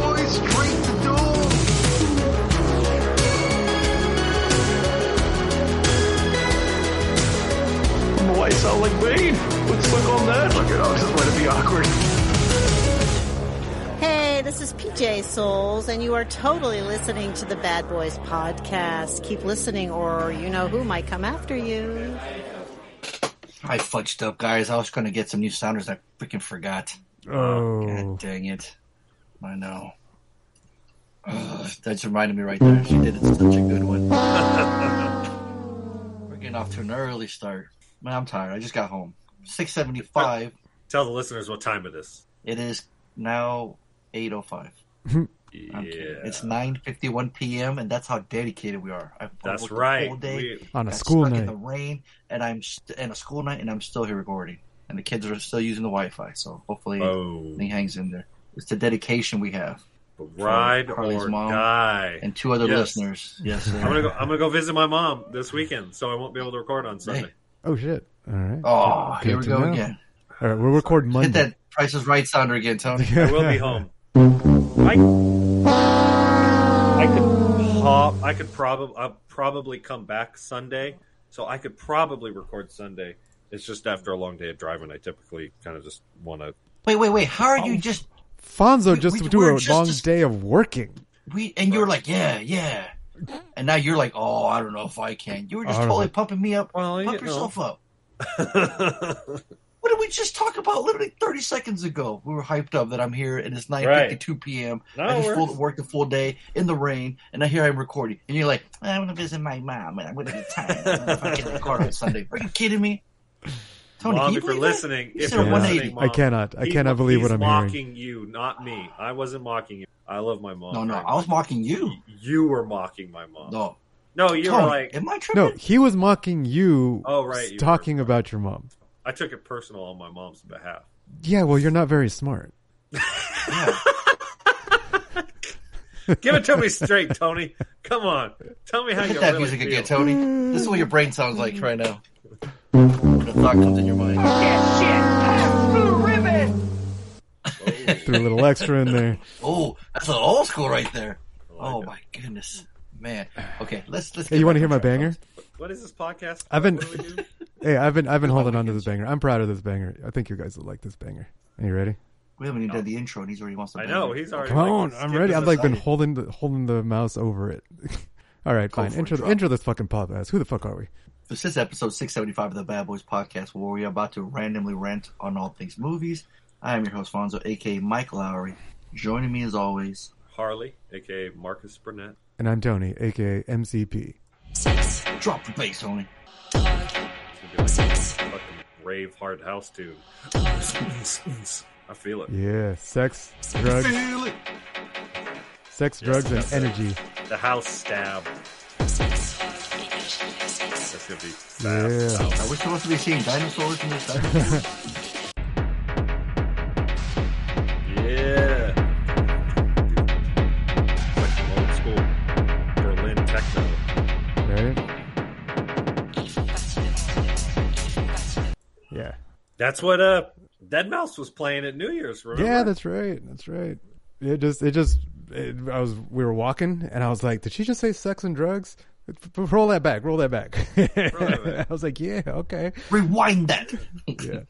boy, straight to doom. Boy, I sound like Bane. Let's look on that. Look at I'll just let it be awkward. Hey, this is PJ Souls, and you are totally listening to the Bad Boys podcast. Keep listening, or you know who might come after you. I fudged up, guys. I was going to get some new sounders. I freaking forgot. Oh. Mm. God dang it. I know. Ugh, that just reminded me right there. She did it such a good one. We're getting off to an early start. Man, I'm tired. I just got home. 675. Tell the listeners what time it is. It is now 805. Yeah, I'm kidding. It's 9:51 p.m. and that's how dedicated we are. I've that's worked the right. whole day. We- On a got school stuck in night. the rain, and I'm st- and a school night, and I'm still here recording, and the kids are still using the Wi-Fi. So hopefully, oh, he hangs in there. It's the dedication we have, ride Harley's or mom. die. and two other Yes. listeners. Yes, sir. I'm gonna go. I'm gonna go visit my mom this weekend, so I won't be able to record on Sunday. Oh shit. All right. oh, Good here we to go know. again. All right. We'll record Monday. Hit that Price is Right sounder again, Tony. I will be home. I, I could pop, I could probably I'll probably come back Sunday, so I could probably record Sunday. It's just after a long day of driving, I typically kind of just want to. wait, wait, wait. How Oh. are you just Fonzo We- just we- do we're a just long as- day of working. we? And you were like, yeah, yeah. And now you're like, oh, I don't know if I can. You were just I don't totally know. pumping me up. Well, you Pump know. yourself up. What did we just talk about literally 30 seconds ago? We were hyped up that I'm here and it's 9.52 p.m. No, I just we're- full, worked a full day in the rain and now here I'm recording. And you're like, I'm going to visit my mom and I'm going to be tired. I don't know if I can record on Sunday. Are you kidding me? Tony, Mom, can you if you're believe that? listening, You if said a you're 180. listening, I cannot. I He- cannot believe what I'm he's hearing. mocking you, not me. I wasn't mocking you. I love my mom. No, no, very I was much. mocking you. You were mocking my mom. No, No, you Tony, were like, am I No, tripping? he was mocking you. Oh, right, you Talking about your mom. I took it personal on my mom's behalf. Yeah. Well, you're not very smart. Yeah. Give it to me straight, Tony. Come on, tell me how you Hit that really music again, feel. Tony. This is what your brain sounds like right now. When a thought comes in your mind. Threw a little extra in there. Oh, that's an old school right there. I Oh know. my goodness, man. Okay, let's let's. Hey, get you want to back hear on my track. banger? What is this podcast? I've been- What do we do? Hey, I've been I've been holding on to this banger. I'm proud of this banger. I think you guys will like this banger. Are you ready? We haven't even done the intro, and he's already wants to. I bang know it. he's already. Come like, on, I'm skipping ready. I've like been aside. holding the holding the mouse over it. All right, Go fine. for it, Intro drop. intro this fucking podcast. Who the fuck are we? This is episode six seventy five of the Bad Boys Podcast, where we are about to randomly rant on all things movies. I am your host Fonzo, aka Mike Lowry. Joining me as always. Harley, aka Marcus Burnett. And I'm Tony, aka MCP. Drop the bass, Tony. It's gonna be like a Fucking rave hard house tune. I feel it. Yeah, sex, drugs, Feel it. sex, drugs, and that's it. energy. The house stab. That's gonna be fast. Yeah. Are we supposed to be seeing dinosaurs in this? episode? Yeah. Like old school Berlin techno. Right? Yeah. That's what uh Dead Mouse was playing at New Year's. Remember? Yeah, that's right. That's right. It just, it just, it, I was, we were walking, and I was like, "Did she just say sex and drugs?" F- f- Roll that back. Roll that back. that back. I was like, "Yeah, okay." Rewind that. Yeah.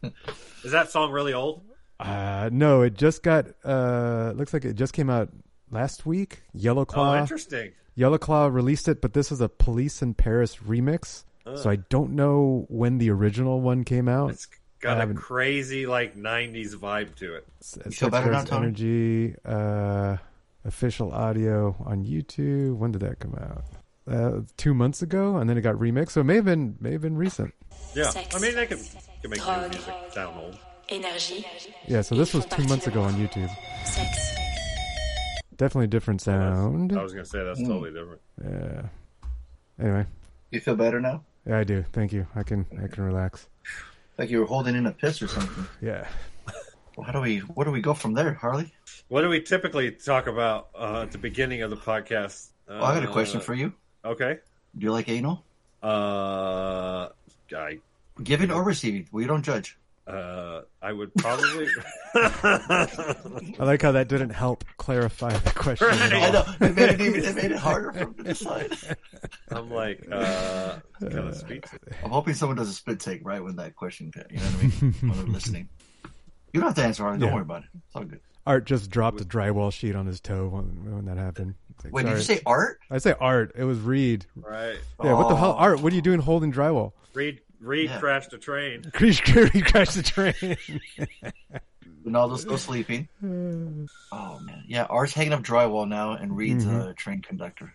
Is that song really old? Uh, no, it just got. Uh, looks like it just came out last week. Yellow Oh, Claw. interesting. Yellow Claw released it, but this is a Police in Paris remix. So I don't know when the original one came out. Oh. It's got I a haven't- crazy like '90s vibe to it. S- You Sex feel better now, Drugs, Tony? Energy, uh, official audio on YouTube. When did that come out? Uh, two months ago, and then it got remixed. So it may have been, may have been recent. Yeah, Sex. I mean they can, can make new music sound old. Énergie. Yeah. So this was two months ago on YouTube. Sexe. Definitely different That's- sound. I was gonna say Hmm. that's totally different. Yeah. Anyway, You feel better now? yeah, I do. Thank you. I can I can relax. Like you were holding in a piss or something. Yeah. Well, how do we? Where do we go from there, Harley? What do we typically talk about uh, at the beginning of the podcast? Uh, Well, I got a question for you. Okay. Do you like anal? Uh, I Giving or receiving? We don't judge. uh, I would probably. I like how that didn't help clarify the question. at Right. all. I know it made it even it made it harder for him to decide. I'm like uh, kind of speechless. I'm hoping someone does a spit take right when that question. You know what I mean? when they're listening. You don't have to answer, Harley. Don't Yeah. worry about it. It's all good. Art just dropped a drywall sheet on his toe when, when that happened. It's like, Wait, did you sorry. say art? I say Art. It was Reed. Right. Yeah. What the hell, Oh. Art? What are you doing holding drywall? Reed Reed Yeah. crashed a train. Creech, creech, crashed the train. Ronaldo's still sleeping. Hmm. Oh man, yeah. Art's hanging up drywall now and reads Mm-hmm. a train conductor.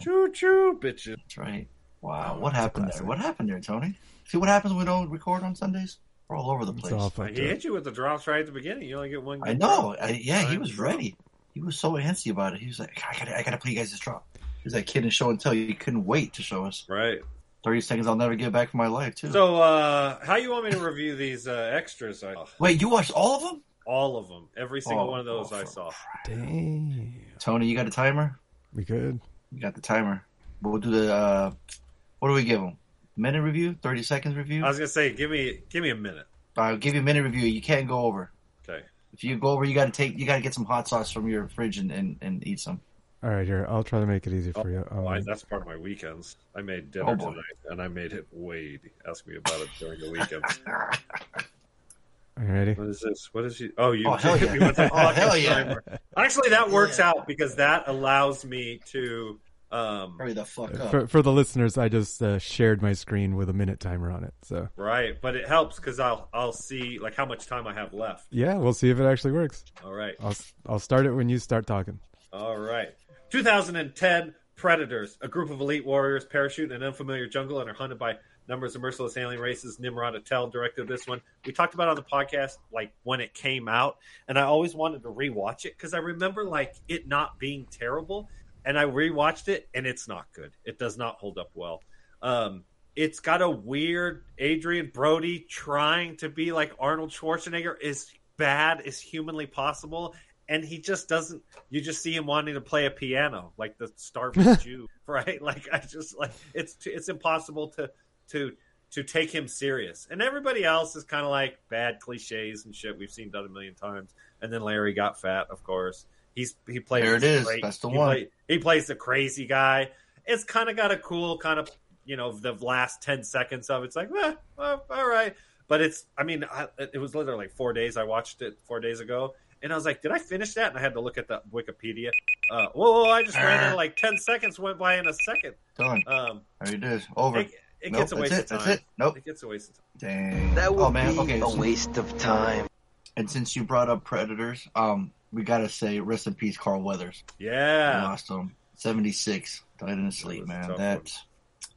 Choo choo, bitches. That's right. Oh, Wow, what happened there? What happened there, Tony? See what happens when we don't record on Sundays? We're all over the it's place. all fucked He up. hit you with the drops right at the beginning. You only get one. I good know. drop. I, yeah, he Fine. was ready. He was so antsy about it. He was like, "I gotta, I gotta play you guys this drop." He was that kid in show and tell. He couldn't wait to show us. Right. Thirty seconds, I'll never get back from my life, too. So, uh, how you want me to review these uh, extras? I, wait, you watched all of them, all of them, every single Oh, one of those oh, I for saw. Dang. Tony? You got a timer? We could. You got the timer. But we'll do the. Uh, what do we give them? Minute review, thirty seconds review. I was gonna say, give me, give me a minute. I'll give you a minute review. You can't go over. Okay. If you go over, you got to take. You got to get some hot sauce from your fridge and, and, and eat some. All right, here. I'll try to make it easy for you. Oh, I, Um, that's part of my weekends. I made Oh, dinner boy. tonight, and I made it Wade ask me about it during the weekend. are you ready? what is this? What is you? Oh, you. Oh, hell yeah. you went to Oh, hell podcast yeah. timer. Actually, that works out because that allows me to. Um, Hurry the fuck up. Uh, For, for the listeners, I just uh, shared my screen with a minute timer on it. So right, but it helps because I'll I'll see like how much time I have left. yeah, we'll see if it actually works. All right. I'll s- I'll start it when you start talking. All right. 2010 Predators. A group of elite warriors parachute in an unfamiliar jungle and are hunted by numbers of merciless alien races. Nimrod Attell directed this one. We talked about it on the podcast like when it came out, and I always wanted to rewatch it because I remember like it not being terrible, and I rewatched it and it's not good. It does not hold up well. Um, it's got a weird Adrian Brody trying to be like Arnold Schwarzenegger is bad as humanly possible, and he just doesn't. You just see him wanting to play a piano like the starving Jew, right? Like I just like it's it's impossible to to to take him serious, and everybody else is kind of like bad cliches and shit we've seen done a million times. And then Larry got fat, of course. He's he played. There it this is. That's the he one. played- he plays the crazy guy. It's kind of got a cool kind of you know the last 10 seconds of it's like eh, well, all right but it's i mean I, it was literally like four days i watched it four days ago and i was like did i finish that and i had to look at the wikipedia uh, whoa, whoa i just ran out of like 10 seconds went by in a second Done. um, There it is. Over. it, it Nope, gets a that's waste it, of time that's it. Nope. it gets a waste of time Dang. That would oh man. be Okay. a so- waste of time. and since you brought up Predators, um, we gotta say rest in peace, Carl Weathers. We yeah lost him. Seventy six. Died in his sleep, was a man. tough That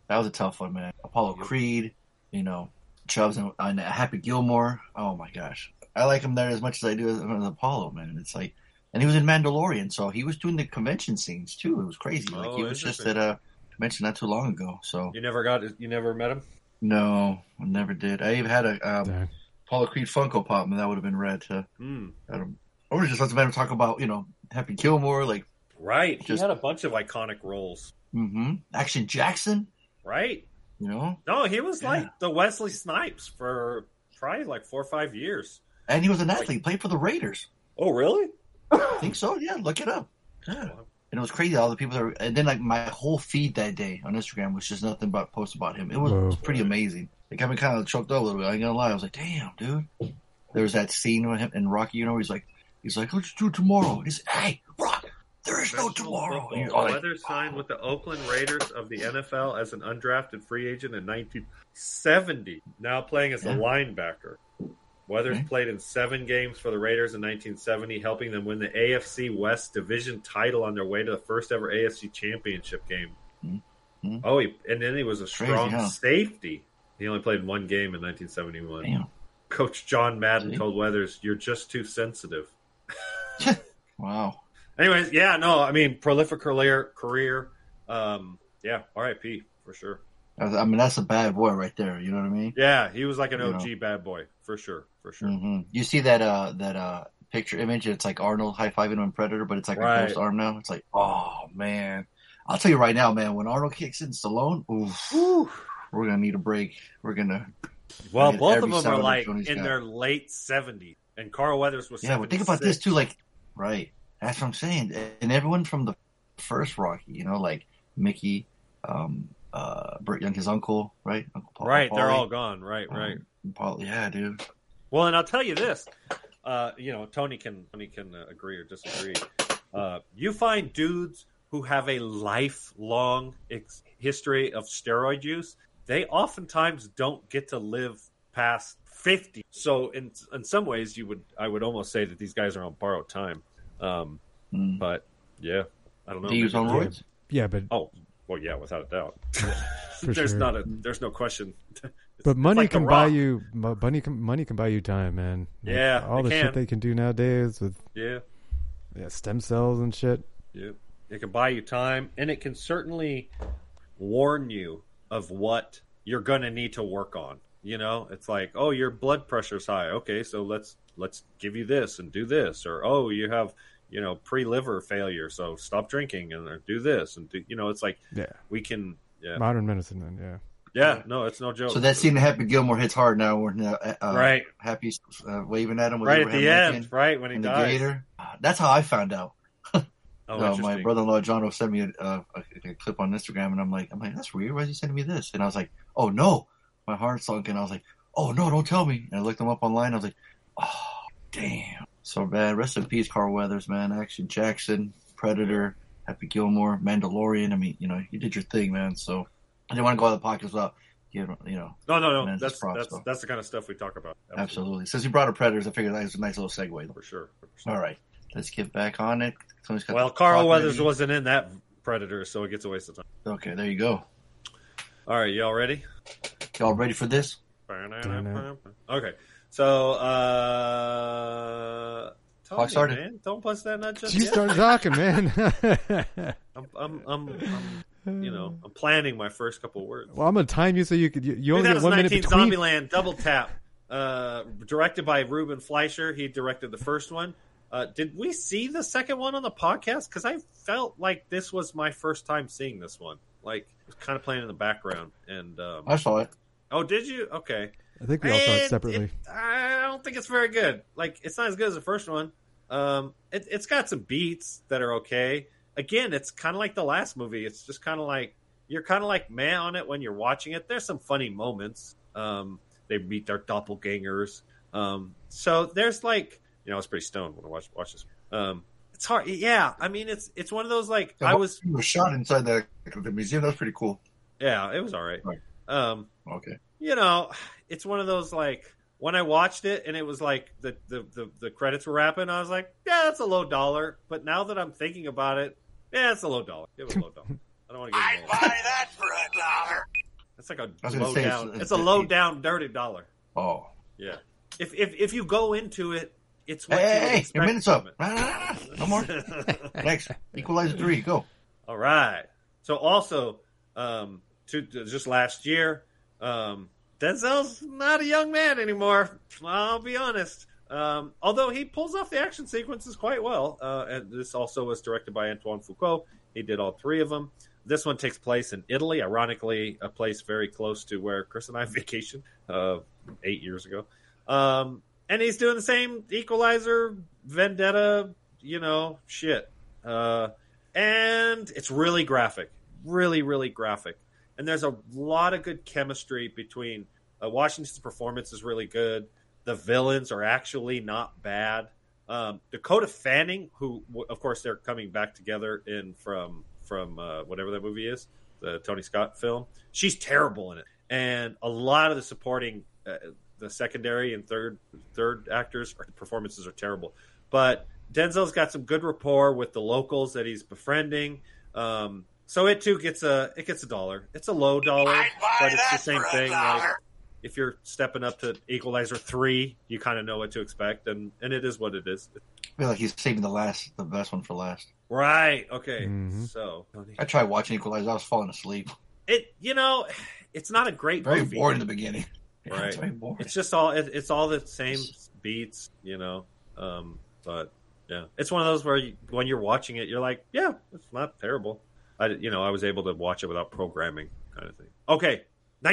that was a tough one, man. Apollo Creed. You know, Chubbs and, and Happy Gilmore. Oh my gosh. I like him there as much as I do as, as Apollo, man. It's like, and he was in Mandalorian, so he was doing the convention scenes too. It was crazy. Like Oh, he was just at interesting. a convention not too long ago. So you never got you never met him no, I never did. I even had a Oh. um, Darn. Apollo Creed Funko Pop, and that would have been rad. To, Hmm. I don't- I would have just let them talk about, you know, Happy Gilmore, like, right he Just- had a bunch of iconic roles hmm Action Jackson, right you know, no he was Yeah. like the wesley snipes for probably like four or five years and he was an athlete, played for the Raiders. oh really I think so. Yeah, look it up. Yeah. And it was crazy. All the people that, were, and then like my whole feed that day on Instagram was just nothing but posts about him. It was, it was Whoa. pretty amazing. Like I've been kind of choked up a little bit. I ain't gonna lie. I was like, damn, dude. There was that scene with him in Rocky. You know, where he's like, he's like, let's do tomorrow. He's hey, Rock, there is no tomorrow. And you're all like, Weather signed with the Oakland Raiders of the NFL as an undrafted free agent in 1970, now playing as a Yeah. linebacker. Weathers Okay. played in seven games for the Raiders in 1970, helping them win the AFC West division title on their way to the first ever AFC championship game. Mhm. Oh, he, and then he was a Crazy, strong huh? safety. He only played one game in 1971. damn. Coach John Madden See? told Weathers, You're just too sensitive. Wow. Anyways, yeah, no, I mean prolific career, career. Um, yeah, R.I.P. for sure. I mean, that's a bad boy right there. You know what I mean? Yeah, he was like an You OG bad boy for sure, for sure. hmm You see that uh that uh picture image? It's like Arnold high fiving on Predator, but it's like Right. a ghost arm now. It's like, oh man, I'll tell you right now, man. When Arnold kicks in Stallone, oof, we're gonna need a break. We're gonna Well, Yeah, both Mm-hmm. every of them are Saturday like Johnny's in got- their late seventies, and Carl Weathers was. yeah. But think about 76. this too, like right. That's what I'm saying. And everyone from the first Rocky, you know, like Mickey, um, uh, Burt Young, his uncle, right? Uncle Paul, Right, they're Paulie, all gone. Right, um, right. Paul, yeah, dude. Well, and I'll tell you this, uh, you know, Tony can Tony can uh, agree or disagree. Uh, you find dudes who have a lifelong ex- history of steroid use. They oftentimes don't get to live past fifty. So, in in some ways, you would I would almost say that these guys are on borrowed time. Um, Mm. but yeah, I don't know. Do you use on Yeah. roids? Yeah, but Oh, well, yeah, without a doubt. there's sure. not a there's no question. but money like The can buy Rock. you mo- money can money can buy you time, man. Like, Yeah, all it the can. shit they can do nowadays with Yeah. yeah, stem cells and shit. Yep. It can buy you time, and it can certainly warn you of what you're going to need to work on. You know, it's like, oh, your blood pressure's high. Okay, so let's let's give you this and do this, or oh, you have you know pre liver failure, so stop drinking and or do this and do. You know, it's like Yeah, we can. Yeah, modern medicine. Then yeah, yeah. No, it's no joke. So that scene in Happy Gilmore hits hard now. We're now uh, uh, right, Happy uh, waving at him with right at Abraham the end, Lincoln right when he and the dies. gator. Uh, That's how I found out. Oh, Uh, my interesting. brother-in-law John sent me a, a, a clip on Instagram, and I'm like, I'm like, that's weird. Why is he sending me this? And I was like, oh no, my heart sunk, and I was like, oh no, don't tell me. And I looked him up online. I was like, oh damn, so bad. Rest in peace, Carl Weathers, man. Action Jackson, Predator, Happy Gilmore, Mandalorian. I mean, you know, you did your thing, man. So I didn't want to go out of the pocket without, you know, you know, no, no, no. Man, it's That's props, that's though. that's the kind of stuff we talk about. absolutely. Since you brought up Predators, I figured that was a nice little segue. for sure. All right, let's get back on it. Somebody's got Well, the Carl clock Weathers ready. wasn't in that Predator, so it gets a waste of time. okay. There you go. All right, y'all ready? Y'all ready for this? Dunno. Okay, so uh, tell I me, started. Man, don't bust that nut just she yet. started talking, man. I'm, I'm, I'm, I'm, you know, I'm planning my first couple words. well, I'm gonna time you so you could you, you only get one minute between. 2019 Zombieland Double Tap, uh, directed by Ruben Fleischer. He directed the first one. Uh, did we see the second one on the podcast? Because I felt like this was my first time seeing this one. Like, it was kind of playing in the background. And um, I saw it. oh, did you? Okay. I think we all saw it And separately. it- I don't think it's very good. Like it's not as good as the first one. Um, it, it's got some beats that are okay. Again, it's kind of like the last movie. It's just kind of like you're kind of like meh on it when you're watching it. There's some funny moments. Um, they meet their doppelgangers. Um, so there's like you know I was pretty stoned when I watched watch this. Um, it's hard. Yeah, I mean it's it's one of those like I was He was shot inside the, the museum. That was pretty cool. yeah it was all right. Right. Um, Okay. you know, it's one of those like when I watched it and it was like the the, the, the credits were wrapping, I was like, yeah, that's a low dollar. But now that I'm thinking about it, yeah, it's a low dollar. Give it a low dollar. I don't want to give it a low dollar. that for a dollar. It's like a was gonna low say, down. It's, it's- a low down dirty dollar. Oh. Yeah. If if if you go into it, it's what you would Hey, hey, hey, expect your minute's from up. it. Nah, nah, nah, No more. Next. Equalizer 3. Go. All right. So also, um, to, to just last year, um, Denzel's not a young man anymore. I'll be honest. Um, although he pulls off the action sequences quite well, uh, and this also was directed by Antoine Foucault. He did all three of them. This one takes place in Italy, ironically, a place very close to where Chris and I vacationed uh, eight years ago. Um, and he's doing the same Equalizer, Vendetta, you know, shit. Uh, and it's really graphic, really, really graphic. And there's a lot of good chemistry between uh, Washington's performance is really good. The villains are actually not bad. Um, Dakota Fanning, who w- of course they're coming back together in from from uh, whatever that movie is, the Tony Scott film. She's terrible in it, and a lot of the supporting, uh, the secondary and third third actors performances are terrible. But Denzel's got some good rapport with the locals that he's befriending. Um, so it too gets a it gets a dollar. It's a low dollar, but it's the same thing. like, if you're stepping up to Equalizer three, you kind of know what to expect, and and it is what it is. I feel like he's saving the last, the best one for last. Right. Okay. Mhm. So Tony. I tried watching Equalizer. I was falling asleep. it you know, it's not a great Very movie. bored in the beginning. Yeah, Right. it's very boring. It's just all it, it's all the same beats, you know. Um, but yeah, it's one of those where you, when you're watching it, you're like, yeah, it's not terrible. I you know I was able to watch it without programming kind of thing. Okay.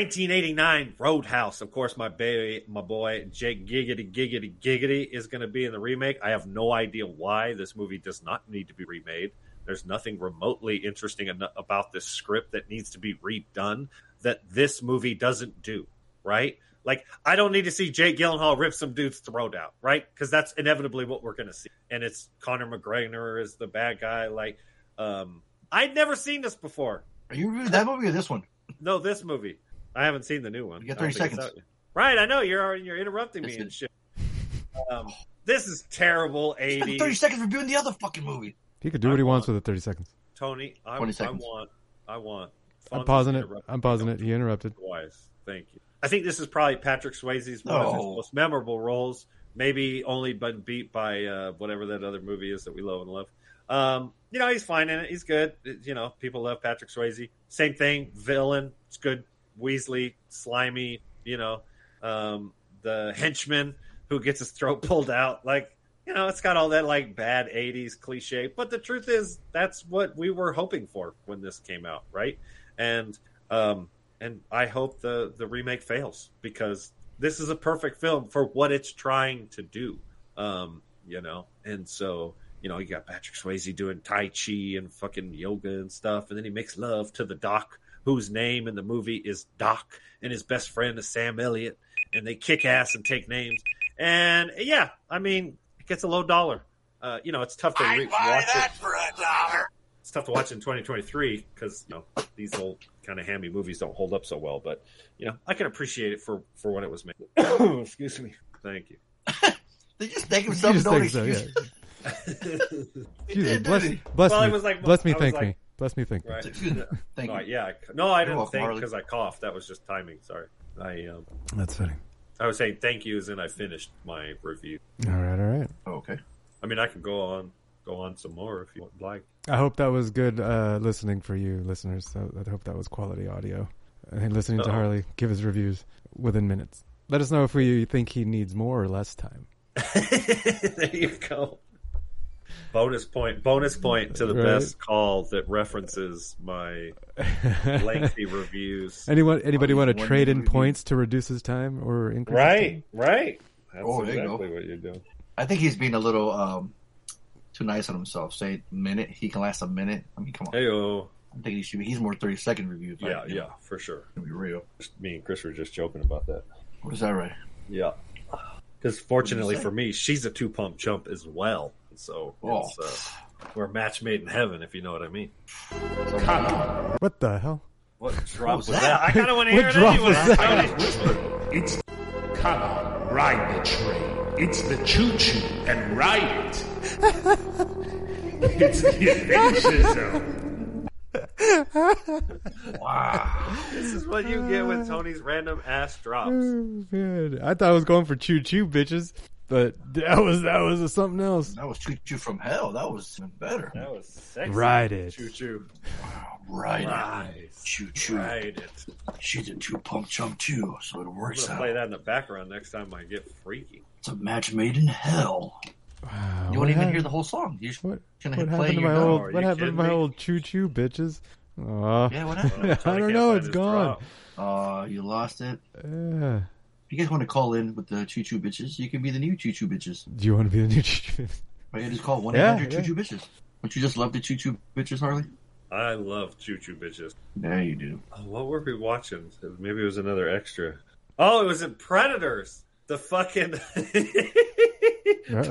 1989 Roadhouse. Of course, my baby, my boy Jake Giggity Giggity Giggity is going to be in the remake. I have no idea why this movie does not need to be remade. There's nothing remotely interesting eno- about this script that needs to be redone that this movie doesn't do, right? Like, I don't need to see Jake Gyllenhaal rip some dude's throat out, right? Because that's inevitably what we're going to see. And it's Conor McGregor is the bad guy. Like, um, I'd never seen this before. Are you reviewing that movie or this one? No, this movie. I haven't seen the new one. You got I 30 don't think it's seconds. out yet. Right, I know. You're already, you're interrupting me It's and good. shit. Um, this is terrible Spend thirty 80s. seconds reviewing the other fucking movie. He could do I what he want- wants with the 30 seconds. Tony, I, I 20 seconds. want, I want. I'm Fonzo's pausing it. interrupting I'm me. pausing Don't it. He interrupted. Wise. Thank you. I think this is probably Patrick Swayze's one of his No. most memorable roles. Maybe only been beat by uh, whatever that other movie is that we love and love. Um, you know, he's fine in it. He's good. It- You know, people love Patrick Swayze. Same thing, villain. It's good. Weasley, slimy. You know, um, the henchman who gets his throat pulled out. Like, you know, it's got all that like bad '80s cliche. But the truth is, that's what we were hoping for when this came out, right? And um, and I hope the the remake fails because this is a perfect film for what it's trying to do. Um, you know, and so you know you got Patrick Swayze doing tai chi and fucking yoga and stuff, and then he makes love to the doc whose name in the movie is Doc, and his best friend is Sam Elliott, and they kick ass and take names, and yeah, I mean it gets a low dollar. Uh, you know, it's tough to re- watch it it's tough to watch in 2023 because you know these old kind of hammy movies don't hold up so well. But you know, I can appreciate it for for what it was made. Excuse me. Thank you. They just think of He something. just no thinks so, yeah. excuse. Excuse me. did, Bless, didn't bless Well, me. it was like- bless me. I was Thank like- me. Bless me. Thank me. Right. Excuse me. Thank No, I- you. yeah. I- No, I didn't welcome, think Harley. because I coughed. That was just timing. Sorry. I um, That's funny. I was saying thank you as in I finished my review. All right. All right. Oh, okay. I mean, I can go on go on some more if you would like. I hope that was good uh, listening for you, listeners. So I hope that was quality audio. And listening to Uh-oh. Harley give his reviews within minutes. Let us know if we think he needs more or less time. there you go. Bonus point. Bonus point to the Right. best call that references my lengthy reviews. Anyone? Anybody One- want to one trade in review. points to reduce his time or increase? his Right, time? right. That's Oh, there you exactly what you're doing. I think he's being a little um, too nice on himself. Say minute. He can last a minute. I mean, come on. Hey, oh, I'm thinking he should be. He's more thirty second review. if I- yeah, you know, yeah, for sure. To be real. Just- Me and Chris were just joking about that. Was that right? Yeah, because fortunately say? for me, she's a two pump jump as well. So Oh. it's, uh, we're a match made in heaven, if you know what I mean. What the hell? What drop was was that? that? I kind of want to What hear it drop anyway. was that? I already- It's color. Ride the train. It's the choo-choo and ride it. it's the adventure zone. This is what you get with Tony's random ass drops. Oh, man. I thought I was going for choo choo bitches, but that was that was something else. That was choo choo from hell. That was even better. That was sexy. Ride it. Choo choo. Right. Nice. Choo choo. Ride it. She's a two pump chump too, so it I'm works gonna out. play that in the background next time I get freaky. It's a match made in hell. Wow, You what won't even hap- hear the whole song. You're just What, gonna what play happened to your my demo. old? Are What you happened to kidding my me? old choo choo bitches? Aw. Yeah, what happened? I I can't don't know. find It's this gone. drop. Uh, you lost it. Uh, If you guys want to call in with the choo choo bitches, you can be the new choo choo bitches. do you want to be the new choo choo? Right? You just call one Yeah, eight hundred choo choo bitches. Don't you just love the choo choo bitches, Harley? I love Choo Choo Bitches. Yeah, you do. Oh, what were we watching? Maybe it was another extra. Oh, it was in Predators. The fucking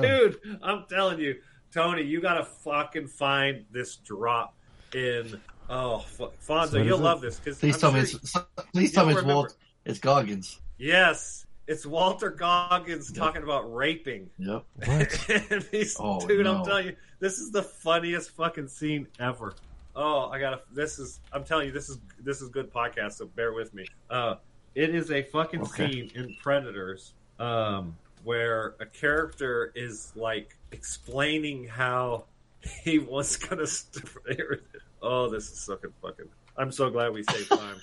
dude. I'm telling you, Tony, you gotta fucking find this drop in. Oh, fu- So what Fonzo, is you'll it? love this because Please tell me. It's, please tell me it's don't remember. Walt. It's Goggins. Yes, it's Walter Goggins talking about raping. Yep. What? And he's- Oh, dude, I'm no. telling you, this is the funniest fucking scene ever. Oh, I gotta. This is. I'm telling you, this is this is good podcast. So bear with me. Uh, It is a fucking Okay. scene in Predators um, where a character is like explaining how he was gonna. St- oh, this is fucking fucking. I'm so glad we saved time.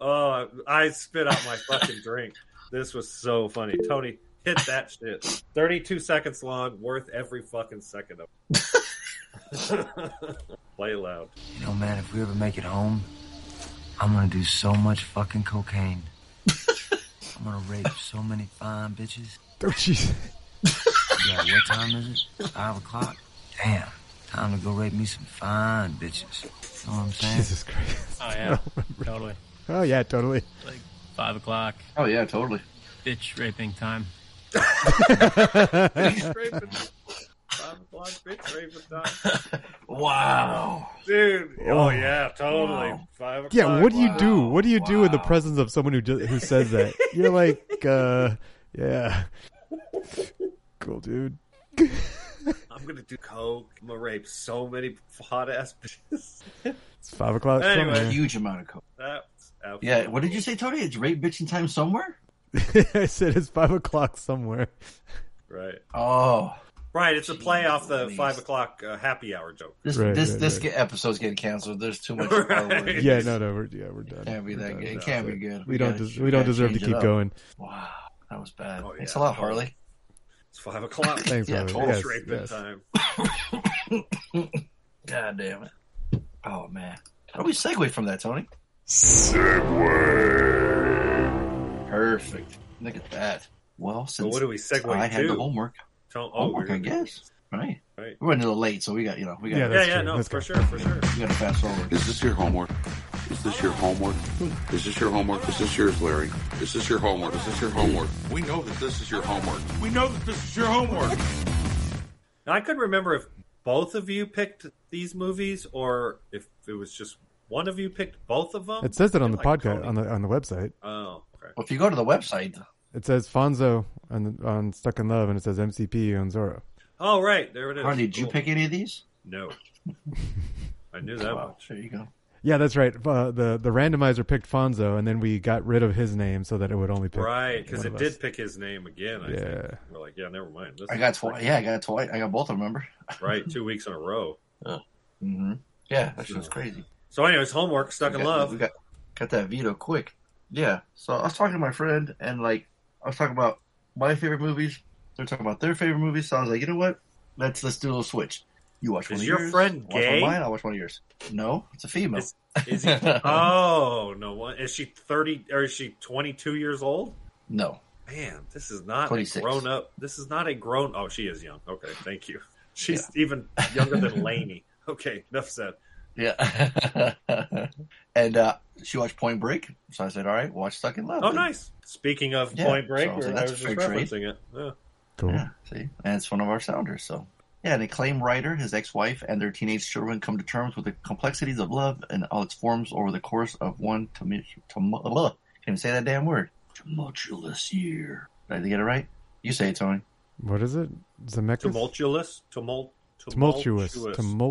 oh, I spit out my fucking drink. This was so funny, Tony. Hit that shit. Thirty-two seconds long, worth every fucking second of. it. Play loud. You know, man, if we ever make it home, I'm gonna do so much fucking cocaine. I'm gonna rape so many fine bitches. Oh, jeez. Yeah, what time is it? Five o'clock? Damn. Time to go rape me some fine bitches. Know what I'm saying? Jesus Christ. Oh yeah, totally. Oh, yeah, totally. Like five o'clock, Oh yeah, totally. bitch raping time. Bitch raping. Five o'clock, bitch raping time. Wow. dude. Oh, yeah, totally. Wow. Five o'clock. Yeah, what do you do? Wow. What do you do in the Wow. presence of someone who just, who says that? You're like, uh, yeah. Cool, dude. I'm gonna do coke. I'm gonna rape so many hot ass bitches. It's five o'clock. Anyway. somewhere. Huge amount of coke. That's absolutely- Yeah. What did you say, Tony? It's rape bitching time somewhere. I said it's five o'clock somewhere. right. Oh, Right. It's a play off the Jeez. five o'clock uh, happy hour joke. this Right, this right, this right. ge- episode's getting canceled. There's too much. Right. R word. Yeah, no, no, we're, yeah, we're done. Can't be We're that done. good. It can't be good. We don't. gotta- Des- we don't gotta deserve to change it keep up. going. Wow, that was bad. Oh, Thanks a yeah. lot, Harley. It's five o'clock. Thanks, Yeah, brother. Total Yes, raping yes. time. God damn it. Oh man, how do we segue from that, Tony? Segue. Perfect. Look at that. Well, So since what do we segue I had to? the homework. Tell- oh, Homework, we're- I guess. Right. Right. We're running a little late, so we got you know we got Yeah, Yeah, That's yeah, true. no, Let's for go. sure, for sure. we got to fast forward. Is this your homework? Is this your homework? Is this your homework? Is this yours, Larry? Is this your homework? Is this your homework? We know that this is your homework. We know that this is your homework. Now, I could remember if both of you picked these movies, or if it was just one of you picked both of them. It says it on the Like Tony. podcast on the on the website. Oh, okay. Well, if you go to the website, It says Fonzo on on Stuck in Love, and it says MCP on Zorro. Oh, right. There it is. Harley, did you Cool. pick any of these? No. I knew that Wow, much. there you go. Yeah, that's right. Uh, the the randomizer picked Fonzo, and then we got rid of his name so that it would only pick Right, because one it of did us. pick his name again. I Yeah. think. we're like, yeah, never mind. This I is got twice. Yeah, I got twice. I got both. of them, Remember? right two weeks in a row. Mm-hmm. Yeah, that shit was crazy. So, anyways, homework stuck in got- love. We got got that veto quick. Yeah. So I was talking to my friend, and like I was talking about my favorite movies. They're talking about their favorite movies. So I was like, you know what? Let's let's do a little switch. You watch Is one of your yours. friend I watch gay? One of mine. I watch one of yours. No, it's a female. Is- is he? oh no! What is she? Thirty or is she twenty-two years old? no. Man, this is not a 26. grown up. This is not a grown. Oh, she is young. Okay, thank you. She's even younger than Lainey. Okay, enough said. Yeah. and uh, she watched Point Break. So I said, all right, watch Stuck in Love. Oh, then. nice. Speaking of Yeah, Point Break, so I was or- like, I that's was a just fair trade. referencing it. Yeah. Cool. Yeah, see, and it's one of our sounders. So, yeah, an acclaimed writer, his ex-wife, and their teenage children come to terms with the complexities of love and all its forms over the course of one tum- tum- ugh, can't even say that damn word. Tumultuous year. Did I get it right? You say it, Tony. What is it? Zemeckis. Tumultuous, tumult, Tumultuous,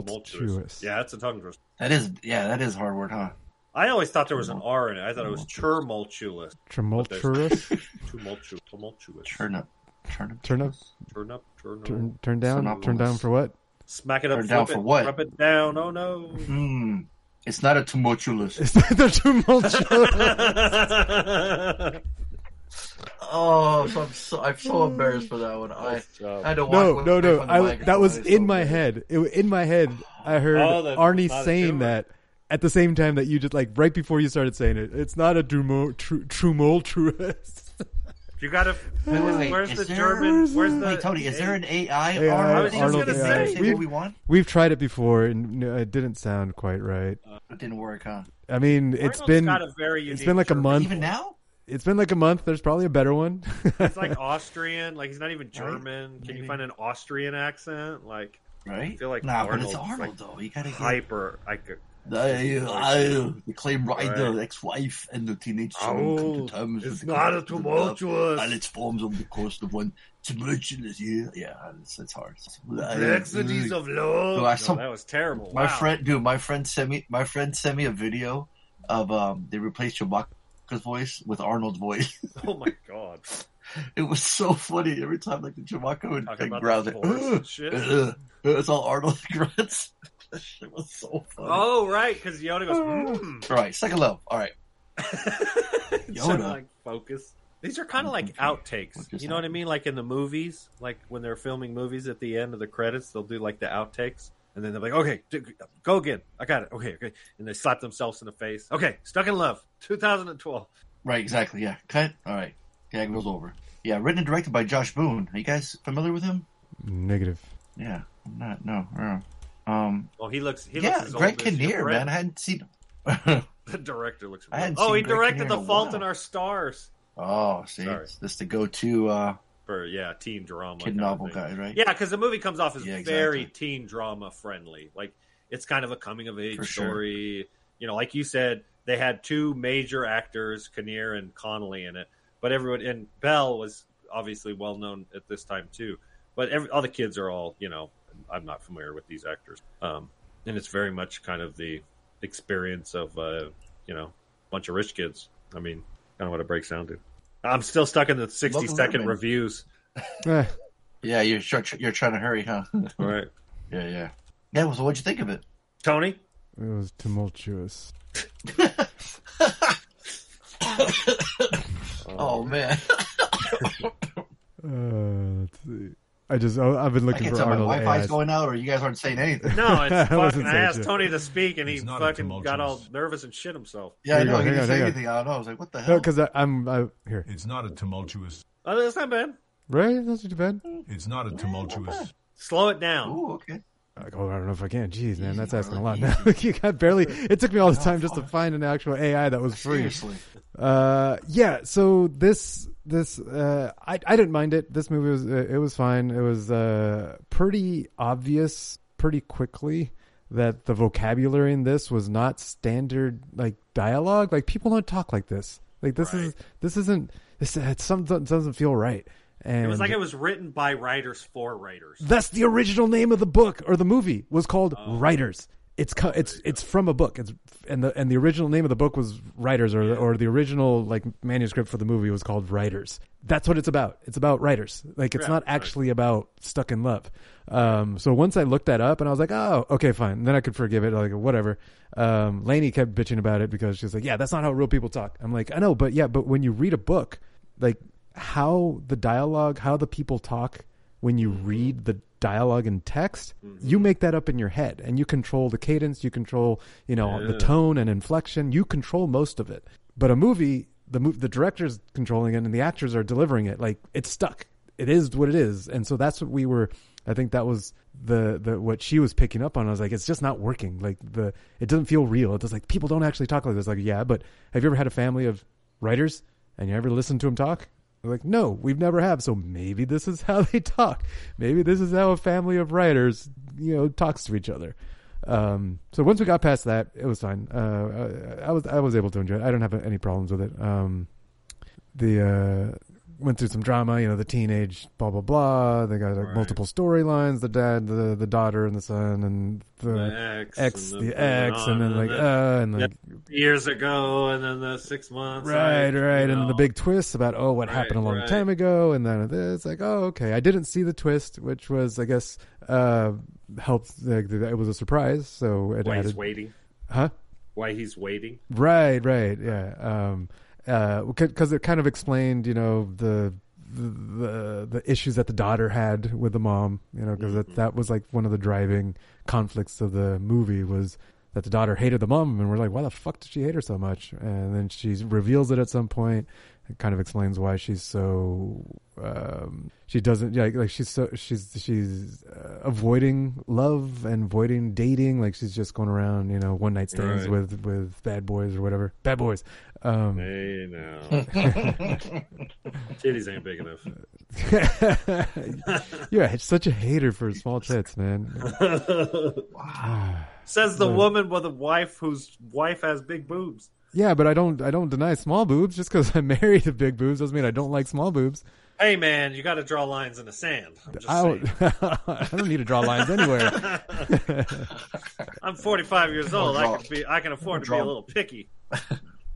tumultuous. Yeah, that's a tongue twister. That is, yeah, that is a hard word, huh? I always thought there was an R in it. I thought it was tumultuous. Tumultuous. Tumultuous. Tumultuous. Turn up, turn up, Turn up. Turn up. Turn Turn up. turn down. Turn down Synopsis. for what? Smack it up. Turn flip down it, for what? Rub it down. Oh no. Hmm. It's not a tumultuous. Is that the tumultuous? Oh, so I'm so I'm so Mm. embarrassed for that one. I Oh, I don't no, no, no. I, that was in my head. It, was- in my head, I heard Oh, that's Arnie not a saying humor. that at the same time that you just like right before you started saying it. It's not a trumo, tru, tumultuous. you gotta. Wait, wait, wait, Where's is the there- German? Where's the? Wait, Tony, is there an AI? Arnold? AI, I was just Arnold gonna AI. say- We've, what we want. we've tried it before and no, it didn't sound quite right. It didn't work, huh? I mean, it's Arnold's been got a very it's unique been like a German. month. Even now? It's been like a month. There's probably a better one. It's like Austrian. Like he's not even German. Can you Maybe. find an Austrian accent? Like Right? I feel like nah, but it's Arnold's, Arnold though. You gotta get hyper. I could. the, uh, the claim rider, Right. Oh, ex-wife, and the teenage children come to terms with the concept of love and its forms over the course of one tumultuous year. Yeah, it's, it's hard. Uh, Complexities of love. No, Mm. Oh, I saw- that was terrible. my wow. friend, dude, my friend sent me my friend sent me a video of um they replaced Chewbacca Chewbacca's voice with Arnold's voice. Oh my god! It was so funny every time like the Chewbacca would Talking like, about growl the like, Force and "Ugh, shit." ugh, ugh." it's all Arnold grunts. that shit was so funny. Oh right, because Yoda goes. Hmm. All right, second level. All right, Instead of, Yoda. like focus. These are kind of like outtakes. What You just know what I mean? Like in the movies, like when they're filming movies at the end of the credits, they'll do like the outtakes, and then they're like, "Okay, d- go again. I got it. Okay, okay," and they slap themselves in the face. Okay, stuck in love, 2012. right, exactly. Yeah, cut. All right, gag goes over. Yeah, written and directed by Josh Boone. Are you guys familiar with him? Negative. Yeah, I'm not. No. yeah. Um. Oh, he looks. He yeah, looks as Greg old as your Kinnear, friend. man. I hadn't seen. The director looks. I hadn't oh, seen he Greg directed Kinnear in The a Fault while. in Our Stars oh, see, Sorry. Oh it's this the go-to uh, for yeah, teen drama, kid kind of novel thing. guy, right? Yeah, because the movie comes off as Yeah, very exactly. teen drama friendly. Like it's kind of a coming of age For sure. story. You know, like you said, they had two major actors, Kinnear and Connolly, in it. But everyone and Bell was obviously well known at this time too. But every, all the kids are all you know. I'm not familiar with these actors, um, and it's very much kind of the experience of uh, you know a bunch of rich kids. I mean, kind of what it breaks down to. I'm still stuck in the 60 Local second Redman. reviews. Eh, Yeah, you're tr- you're trying to hurry, huh? All right, yeah, yeah. Yeah. Well, so what'd you think of it? Tony. it was tumultuous. Oh man, Uh, let's see. I just I, I've been I looking can't for tell my Arnold. Wi-Fi's ass. going out, or you guys aren't saying anything. No, it's I wasn't fucking. I saying asked shit. Tony to speak, and he It's not fucking a got all tumultuous- nervous and shit himself. Yeah, I Here you know. go, He hang didn't on, say hang on. anything. I don't know. I was like, what the No, hell? because I'm I, here. It's not a tumultuous. Oh, that's not bad. Right? That's not too bad. It's not a tumultuous. Slow it down. Ooh, okay. Like, oh, I don't know if I can. Jeez, man, that's asking a lot. Easy, Now you got barely. It took me all this time just to find an actual AI that was free. Seriously. Uh, yeah. So this this uh, I I didn't mind it. This movie was uh, it was fine. It was uh pretty obvious pretty quickly that the vocabulary in this was not standard like dialogue. Like people don't talk like this. Like this is this isn't this it some doesn't feel right. And It was like it was written by writers for writers. that's the original name of the book or the movie was called Writers. It's co- it's it's from a book. It's and the and the original name of the book was Writers or or the original like manuscript for the movie was called Writers. That's what it's about. It's about writers. Like it's not actually about stuck in love. Um, so once I looked that up and I was like, oh, okay, fine. Then I could forgive it. Like whatever. Um, Lainey kept bitching about it because she was like, yeah, that's not how real people talk. I'm like, I know, but yeah, but when you read a book, like how the dialogue, how the people talk when you read the dialogue in text, you make that up in your head and you control the cadence, you control, you know, the tone and inflection, you control most of it. But a movie, the mo- the director's controlling it and the actors are delivering it like it's stuck. It is what it is. And so that's what we were I think that was the, the what she was picking up on. I was like, it's just not working. Like the it doesn't feel real. It's just like people don't actually talk like this. Like, yeah, but have you ever had a family of writers and you ever listen to them talk? They're like, no, we've never have. So maybe this is how they talk. Maybe this is how a family of writers, you know, talks to each other. Um, so once we got past that, it was fine. Uh, I, I was I was able to enjoy it. I don't have any problems with it. Um, the uh, went through some drama. You know, the teenage blah blah blah. They got like, multiple storylines: the dad, the the daughter, and the son, and the Ex, ex, and then the ex, and then on, like and uh, and Yeah. like Years ago, and then the six months. Right, I- right. you And then the know. big twist about, oh, what happened a Right, long right. time ago, and then this. Like, oh, okay. I didn't see the twist, which was, I guess, uh, helped. Like, it was a surprise. So it Why he's added. waiting? Huh? Why he's waiting? Right, right. Yeah. Um, uh, because it kind of explained, you know, the, the, the issues that the daughter had with the mom, you know, because Mm-hmm. that, that was like one of the driving conflicts of the movie was that the daughter hated the mom. And we're like, why the fuck did she hate her so much? And then she reveals it at some point. It kind of explains why she's so, um, she doesn't yeah, like, like she's so, she's, she's uh, avoiding love and avoiding dating. Like she's just going around, you know, one night stands Right. with, with bad boys or whatever. Bad boys. Um, Hey, no. Titties ain't big enough. You're a- such a hater for small tits, man. Says the woman with a wife whose wife has big boobs. Yeah, but I don't. I don't deny small boobs. Just because I'm married to big boobs doesn't mean I don't like small boobs. Hey, man, you got to draw lines in the sand. I'm just I saying. don't, I don't need to draw lines anywhere. I'm 45 years old. I draw- can be. I can afford to be draw- a little picky.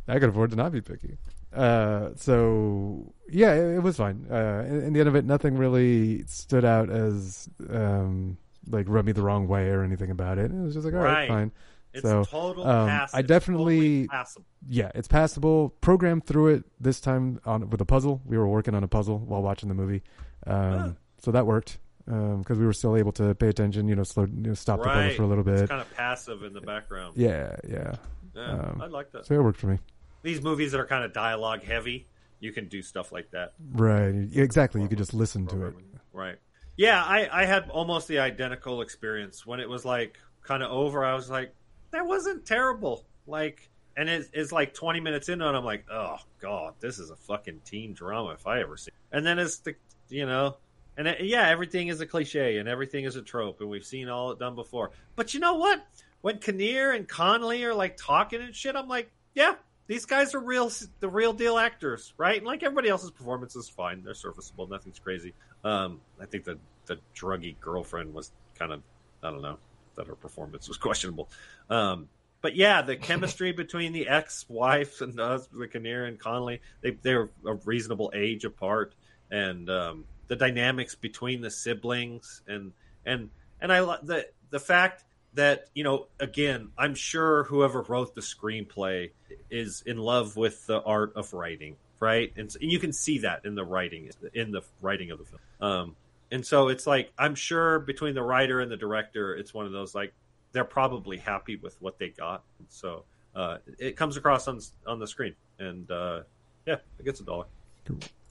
I could afford to not be picky. Uh, so yeah, it, it was fine. Uh, in, in the end of it, nothing really stood out as um, like rubbed me the wrong way or anything about it. It was just like all right, Right. fine. It's so total um, pass- I it's definitely totally passable. yeah, it's passable. Programmed through it this time on with a puzzle. We were working on a puzzle while watching the movie, um, so that worked because we were still able to pay attention. You know, slow, you know, stop the puzzle Right. for a little bit. It's kind of passive in the background. Yeah, yeah. Yeah, I like that. So it worked for me. These movies that are kind of dialogue heavy, you can do stuff like that. Right. Exactly. You could just listen to it. Right. Yeah, I, I had almost the identical experience when it was like kind of over. I was like, that wasn't terrible. Like, and it's, it's like 20 minutes into it, and I'm like, oh, God, this is a fucking teen drama if I ever see. it." And then it's the, you know, and it, yeah, everything is a cliche and everything is a trope, and we've seen all it done before. But you know what? When Kinnear and Conley are like talking and shit, I'm like, yeah, these guys are real, the real deal actors, right? And like everybody else's performance is fine, they're serviceable, nothing's crazy. Um, I think the the druggy girlfriend was kind of, I don't know, that her performance was questionable. Um, but yeah, the chemistry between the ex-wife and the husband, the Kinnear and Connolly, they they're a reasonable age apart, and um, the dynamics between the siblings, and and and I li- the the fact that you know again, I'm sure whoever wrote the screenplay is in love with the art of writing, right? And, s- and you can see that in the writing in the writing of the film. Um, and so it's like I'm sure between the writer and the director, it's one of those like they're probably happy with what they got. So uh, it comes across on on the screen, and uh, yeah, it gets a dollar.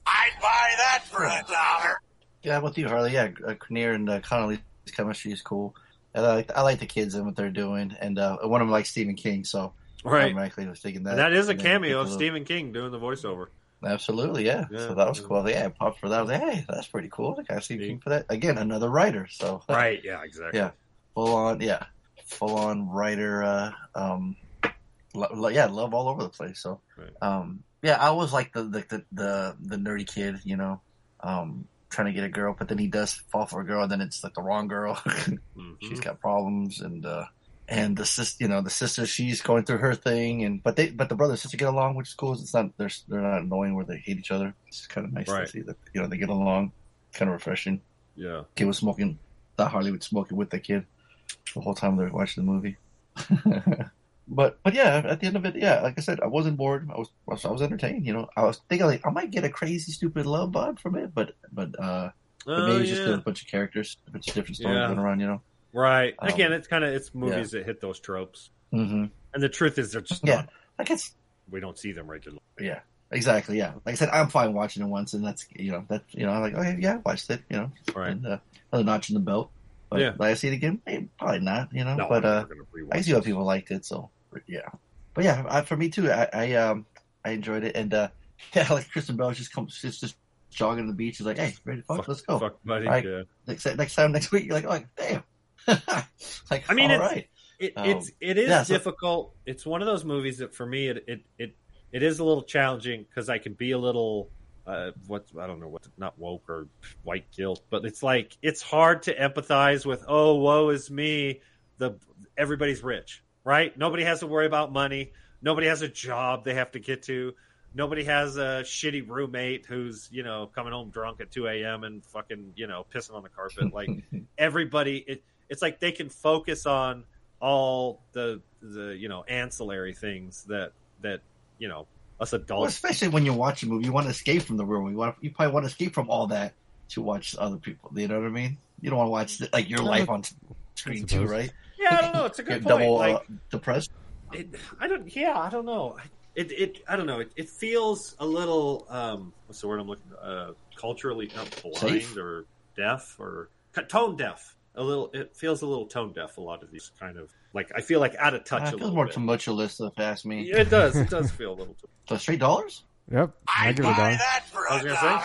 I'd buy that for a dollar. Yeah, I'm with you, Harley. Yeah, uh, Kinnear and uh, Connolly's chemistry is cool. And I like I like the kids and what they're doing, and uh, one of them likes Stephen King, so Right. automatically I was thinking that and that is a And then you cameo get of the- Stephen King doing the voiceover. Absolutely, yeah. Yeah. So that was cool. Yeah, I popped for that. I was like, hey, that's pretty cool. Like I see King for that again. Another writer. So Right, yeah, exactly. yeah, full on. Yeah, full on writer. Uh, um, lo- lo- yeah, love all over the place. So um, yeah, I was like the the, the the the nerdy kid, you know, um, trying to get a girl, but then he does fall for a girl, and then it's like the wrong girl. Mm-hmm. She's got problems, and uh, and the sister, you know, the sister, she's going through her thing, and but they, but the brother and sister get along, which is cool. It's not they're they're not annoying where they hate each other. It's kind of nice Right. to see that you know they get along, kind of refreshing. Yeah. kid was smoking. That Harley was smoking with the kid the whole time they were watching the movie. but but yeah, at the end of it, yeah, like I said, I wasn't bored. I was I was- I was entertained. You know, I was thinking like I might get a crazy stupid love vibe from it, but but uh, but Oh, maybe it's just yeah. a bunch of characters, a bunch of different stories Yeah. going around. You know, Right. Um, Again, it's kind of it's yeah. movies that hit those tropes, Mhm. and the truth is they're just Yeah, not. I guess we don't see them regularly. yeah, exactly, yeah. Like I said, I'm fine watching it once, and that's you know that you know I'm like okay, yeah, I watched it. You know, right, and, uh, another notch in the belt. But Yeah. yeah. I see it again? Eh, Probably not. You know, No, but I'm uh, never gonna rewatch I see why people liked it. So yeah, but yeah, I, for me too. I, I um I enjoyed it, and uh, yeah, like Kristen Bell just comes, she's just jogging on the beach. She's like, hey, ready to fuck? let's go. fuck, buddy, Like, yeah. Next next time next week, you're like, like damn. like I mean, all it's, right. it, Um, it's it is yeah, so- difficult. It's one of those movies that for me it it it, it is a little challenging because I can be a little uh, what I don't know what not woke or white guilt, but it's like it's hard to empathize with. Oh, woe is me. The everybody's rich, right? Nobody has to worry about money. Nobody has a job they have to get to. Nobody has a shitty roommate who's you know coming home drunk at two a.m. and fucking you know pissing on the carpet. Like everybody, it, it's like they can focus on all the the you know ancillary things that that you know us Well, adults especially when you watch a movie, you want to escape from the world. You want you probably want to escape from all that to watch other people. You know what I mean? You don't want to watch like your Yeah, life but- on s- screen too, right? Yeah, I don't know. It's a Get good point. double like, uh, depressed. it, I don't. Yeah, I don't know. It, it I don't know. It, it feels a little. Um, what's the word I'm looking? Uh, culturally not blind Safe? or deaf or co- tone deaf. A little. It feels a little tone deaf. A lot of these kind of like I feel like out of touch. Uh, a it feels little more bit. tumultuous if you ask me. Yeah, it does. It does feel a little. Too- So straight dollars? Yep. I give it a dollar. I was gonna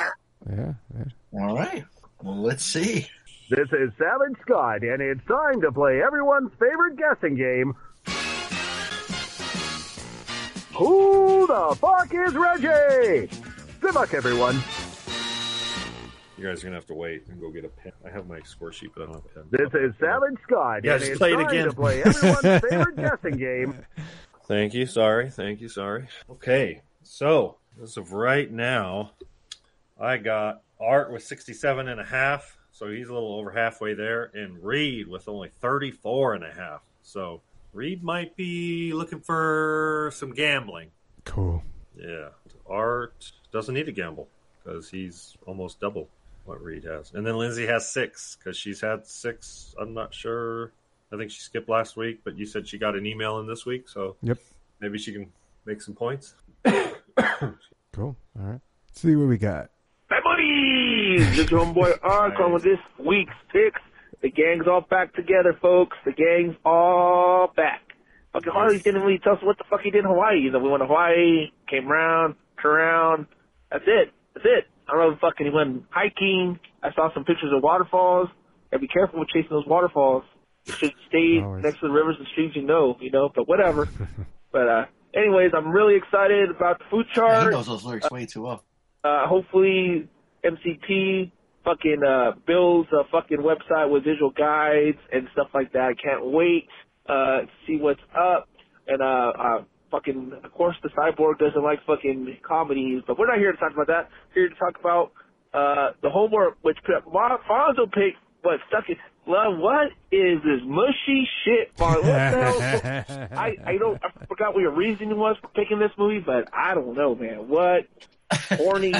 say. Yeah. yeah. All right. Well, let's see. This is Savage Scott, and it's time to play everyone's favorite guessing game. Who the fuck is Reggie? Good luck, everyone. You guys are gonna have to wait and go get a pen. I have my score sheet, but I don't have a pen. This is Savage Scott, Yeah, and just it's play it time again. to play everyone's favorite guessing game. Thank you. Sorry. Thank you. Sorry. Okay. So, as of right now, I got Art with 67 and a half. So he's a little over halfway there. And Reed with only 34 and a half. So Reed might be looking for some gambling. Cool. Yeah. Art doesn't need to gamble because he's almost double what Reed has. And then Lindsay has six because she's had six. I'm not sure. I think she skipped last week, but you said she got an email in this week. So Yep. maybe she can make some points. Cool. All right. Let's see what we got. My buddies! This is your homeboy R calling with this week's picks. The gang's all back together, folks. The gang's all back. Fucking Harley didn't really tell us what the fuck he did in Hawaii. You know, we went to Hawaii, came around, turned around. That's it. That's it. I don't know if fucking he went hiking. I saw some pictures of waterfalls. Gotta be careful with chasing those waterfalls. You should stay next to the rivers and streams you know, you know, but whatever. but, uh, anyways, I'm really excited about the food chart. He knows those lyrics way too well. Uh, hopefully, MCP fucking uh, builds a fucking website with visual guides and stuff like that. I can't wait uh, to see what's up. And uh, uh, fucking, of course, the cyborg doesn't like fucking comedies, but we're not here to talk about that. We're here to talk about uh, the homework, which Mar- Fonzo picked, but stuck in. Love, what is this mushy shit, Marlon? What the hell? I, I don't I forgot what your reasoning was for picking this movie, but I don't know, man. What horny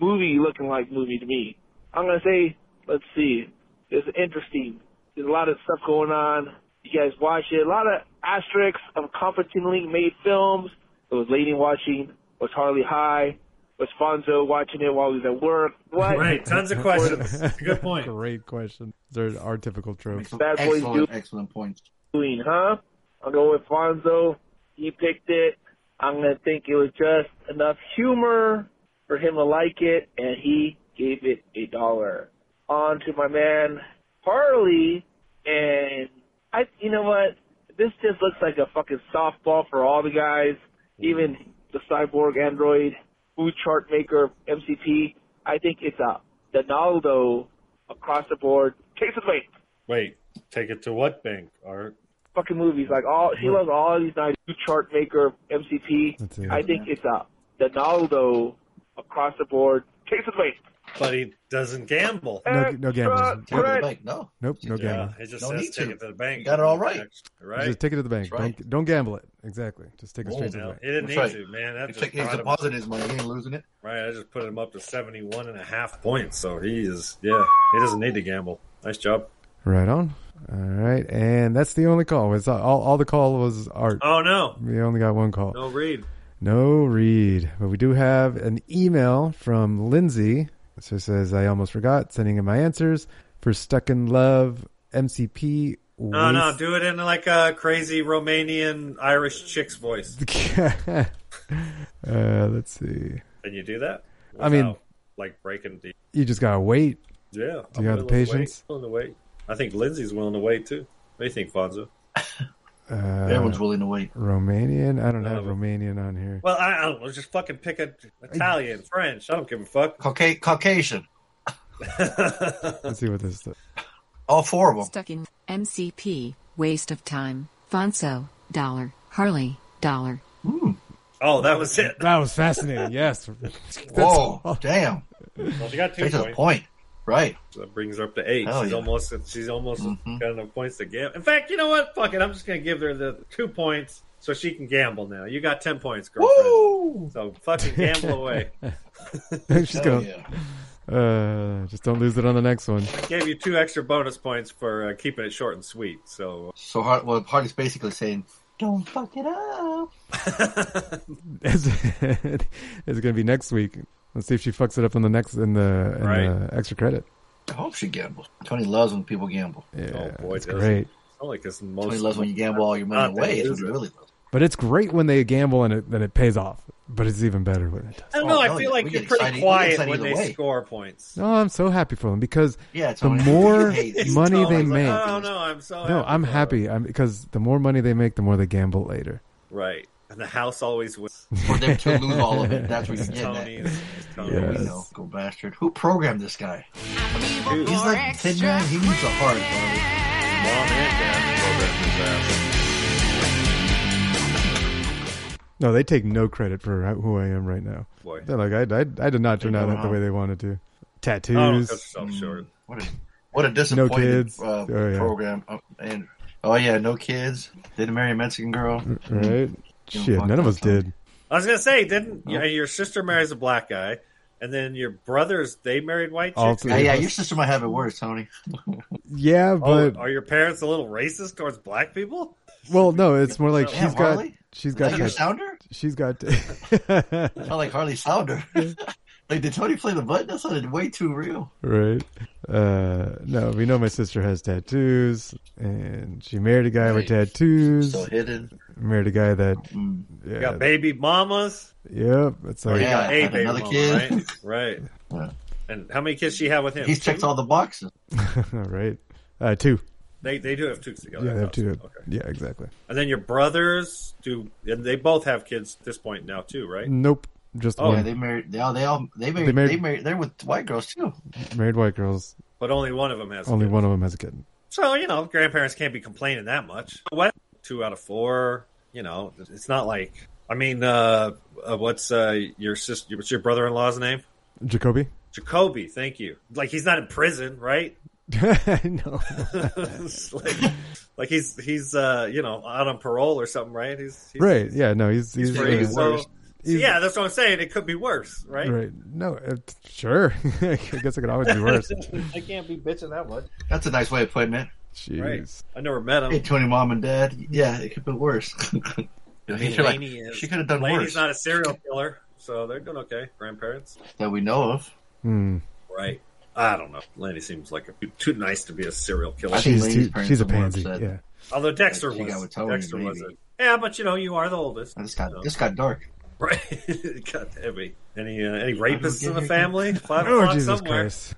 movie looking like movie to me? I'm gonna say, let's see. It's interesting. There's a lot of stuff going on. You guys watch it. A lot of asterisks of competently made films. It was Lady watching. Was Harley high? Was Fonzo watching it while he was at work? What? Right, tons of questions. Good point. Great question. These are our typical tropes. Bad boys do- Excellent, excellent points. doing, huh? I'll go with Fonzo. He picked it. I'm gonna think it was just enough humor for him to like it, and he gave it a dollar. On to my man Harley, and I. You know what? This just looks like a fucking softball for all the guys, even the cyborg android food chart maker MCP. I think it's a Donaldo across the board. Takes it away Wait, take it to what bank? Art? fucking movies. Like all he loves all these nice chart maker MCP. I think it's a Donaldo across the board. Takes it away. But he doesn't gamble. No, no gambling. Take it to the bank. No. Nope. No Yeah, gambling. it just No says need take to. it to the bank. You got it all right. Right? Just take it to the bank. Don't don't gamble it. Exactly. Just take it Oh, straight to the no, bank. He didn't That's need right. to, man. He That's took his deposit, his money. He ain't losing it. Right, I just put him up to 71 and a half points. So he is, yeah, he doesn't need to gamble. Nice job. Right on. All right, and that's the only call. It's all, all the call was art. Oh, no. We only got one call. No read. No read, but we do have an email from Lindsay. So it says, I almost forgot sending in my answers for Stuck in Love, MCP. No, no, waste- do it in like a crazy Romanian Irish chick's voice. uh, let's see. Can you do that? I mean- Without, like breaking the. You just gotta wait. Yeah. You got the willing to wait, patience? willing to wait. I think Lindsay's willing to wait too. What do you think, Fonzo? Uh, Everyone's willing to wait. Romanian? I don't have Romanian on here. Well, I, I don't know. Just fucking pick a Italian, French. I don't give a fuck. Cauca- Caucasian. Let's see what this is. All four of them. Stuck in MCP. Waste of time. Fonso. Dollar. Harley. Dollar. Oh, that was it. That was fascinating. Yes. Whoa, damn. Well, she got two Takes a points. point. Right. So that brings her up to eight. Hell she's yeah. almost she's almost got enough points to gamble. In fact, you know what? Fuck it. I'm just gonna give her the two points so she can gamble now. You got ten points, girlfriend. So fucking gamble away. She's going. Uh, just don't lose it on the next one. Gave you two extra bonus points for uh, keeping it short and sweet. So So, Har- well, Hardy's basically saying, Don't fuck it up. It's, it's gonna be next week. Let's see if she fucks it up on the next in the, in Right. the extra credit. I hope she gambles. Tony loves when people gamble. Yeah, oh, boy, it's does great. It. It's only 'cause most Tony loves when you gamble all your money Not away. It's that what he easy. really loves. But it's great when they gamble and it then it pays off. But it's even better when it. I don't know. Oh, I hell feel yeah. like We you're get pretty excited- we get quiet excited when they either way. score points. No, Oh, I'm so happy for them because Yeah, it's the only- more It's money they It's like, make. oh no, I'm so no, happy I'm for her. happy. I'm because the more money they make, the more they gamble later. Right, and the house always wins. For them to lose all of it, that's what you're getting at. Tony's, Tony's. Yes. We know, go bastard. Who programmed this guy? Dude, he's like Tin Man. He needs a heart. Harley. Oh, Mom and dad programmed his ass. No, they take no credit for how- who I am right now. Boy. They're like, I, I, I did not turn They out know the how. way they wanted to. Oh, Tattoos. that's so short. What a, what a No disappointed kids. Uh, Oh, yeah. program. Oh, and oh yeah, no kids. Didn't marry a Mexican girl. Oh, Mm. right? You Shit, fucked none of up, us did. I was gonna say, didn't Oh. yeah, your sister marries a black guy, and then your brothers they married white All chicks? three Yeah, of yeah, us. your sister might have it worse, Tony. Yeah, but oh, are your parents a little racist towards black people? well, no, it's more like Yeah, she's got Harley? she's Is got that your tat- sounder? She's got I felt like Harley Sounder. like did Tony play the button? That sounded way too real. right. Uh, no, we know my sister has tattoos, and she married a guy with tattoos. Still hidden. Married a guy that. You Yeah, Mm. Oh, got baby mamas. yep. It's Or like you got a baby another mama, kid. right? Right. And how many kids she have with him? He's checked Two? all the boxes. Oh, right. Uh, two. They they do have two together. yeah, they have two. Okay. Yeah, exactly. And then your brothers do, and they both have kids at this point now too, right? Nope, just Oh. one. Yeah, they married. They all. They all. They married. They They married- married. they're with white girls too. Married white girls. But only one of them has. Only kids. one of them has a kid. So you know, grandparents can't be complaining that much. What two out of four? You know, it's not like I mean, uh, uh, what's uh, your sister? What's your brother-in-law's name? Jacoby. Jacoby. Thank you. Like he's not in prison, right? no. It's like, like he's he's uh, you know out on parole or something, right? He's, he's Right. Yeah. No. He's he's, free, uh, so- he's- yeah, that's what I'm saying. It could be worse, right? Right. No. Uh, sure. I guess it could always be worse. I can't be bitching that much. That's a nice way of putting it. Jeez. Right. I never met him. Hey, Tony, mom and dad. Yeah, it could be worse. You're like, Lainey is- she could have done Lainey's worse not a serial killer, so they're doing okay. Grandparents, that we know of. Hmm. right? I don't know. Laney seems like a, too nice to be a serial killer. I think She's Lainey's too- parents she's a are more pansy, upset. yeah. Although Dexter She got was, with Tony, Dexter maybe. wasn't. Yeah, but you know, you are the oldest. This got so. this got dark. right. it got heavy. Any uh, any don't rapists get in the it. family? Five Oh, o'clock Jesus somewhere. Christ.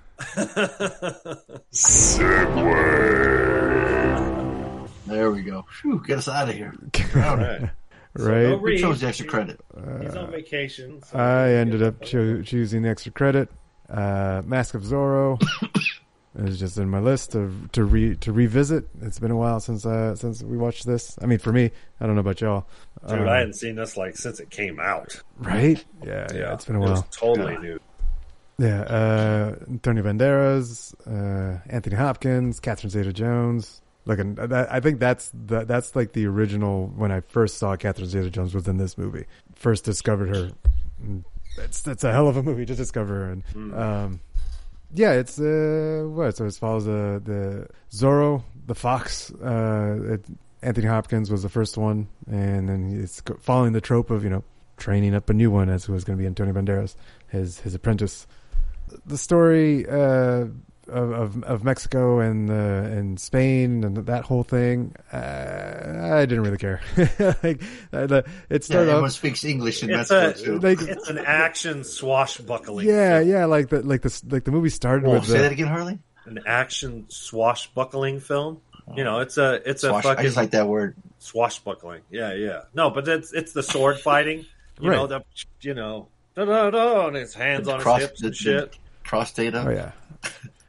There we go. Phew, get us out of here. All right. Right. So no We Reed, chose the extra credit. He's on vacation. so- I ended up cho- choosing the extra credit. Uh, Mask of Zorro is just in my list to to re to revisit. It's been a while since uh since we watched this. I mean, for me, I don't know about y'all. Dude, Um, I hadn't seen this like since it came out. right? Yeah, yeah, It's been a It was while. totally new. Yeah, uh, Tony Banderas, uh, Anthony Hopkins, Catherine Zeta-Jones. Look, and that, I think that's the, that's like the original when I first saw Catherine Zeta-Jones was in this movie. First discovered her. That's that's a hell of a movie to discover her. And um, yeah, it's uh, what so it follows uh, the Zorro, the Fox. Uh, it, Anthony Hopkins was the first one, and then it's go- following the trope of you know training up a new one as who was going to be Antonio Banderas, his his apprentice the story uh, of, of of Mexico and uh, and Spain and that whole thing, uh, I didn't really care. like uh, the- it Yeah, started everyone off, speaks English in It's, Mexico a, too. it's an action swashbuckling. yeah, yeah, like the like the like the movie started Oh, with say that the, again, Harley. an action swashbuckling film. You know, it's a it's a Swash- I fucking just like that word. swashbuckling. Yeah, yeah. No, but it's it's the sword fighting. You Right. know the you know da da da, and his hands on Cross- his hips the- and shit. the Cross data. oh yeah.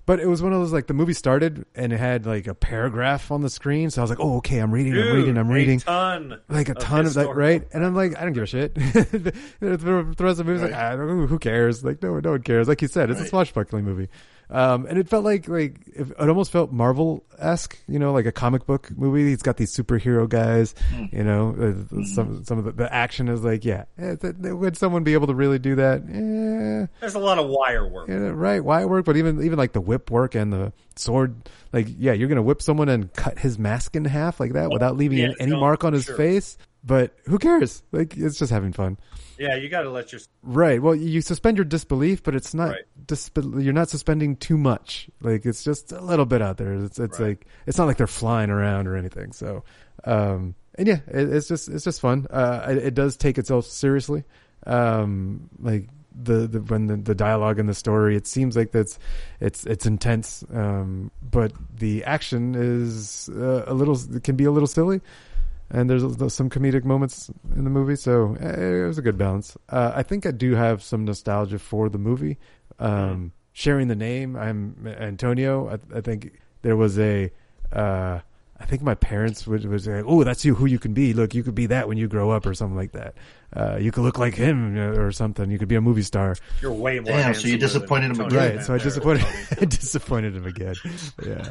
But it was one of those like the movie started and it had like a paragraph on the screen, so I was like, "Oh, okay, I'm reading, I'm reading, I'm a reading." ton, like a ton of that, historical- right? And I'm like, I don't give a shit. the, the- the rest of the movie's like, I don't, who cares? Like, no, no one cares. Like you said, it's a Right. swashbuckling movie, um, and it felt like like if, it almost felt Marvel esque, you know, like a comic book movie. He's got these superhero guys, Hmm. you know. uh, Some some of the, the action is like, yeah, eh, th- th- would someone be able to really do that? Eh, There's a lot of wire work. yeah, right. Why work? But even even like the whip work and the sword, like yeah, you're gonna whip someone and cut his mask in half like that without leaving Oh, yeah, any no, mark on his sure. face. But who cares? Like it's just having fun, Yeah, you got to let your right? Well, you suspend your disbelief, but it's not Right. disbe- you're not suspending too much. Like it's just a little bit out there. It's it's like it's not like they're flying around or anything. So, um, and yeah, it, it's just it's just fun. Uh, it, it does take itself seriously. Um, like the, the when the, the dialogue and the story it seems like that's it's it's intense um but the action is uh, a little it can be a little silly and there's some comedic moments in the movie so eh, it was a good balance uh, i think i do have some nostalgia for the movie um sharing the name i'm antonio i, I think there was a uh I think my parents would, would say, "Oh, that's you. Who you can be? Look, you could be that when you grow up, or something like that. Uh, you could look like him, uh, or something. You could be a movie star." You're way more. Damn, so you handsomer than disappointed him Tony again. Right, so I disappointed, I disappointed him again. Yeah,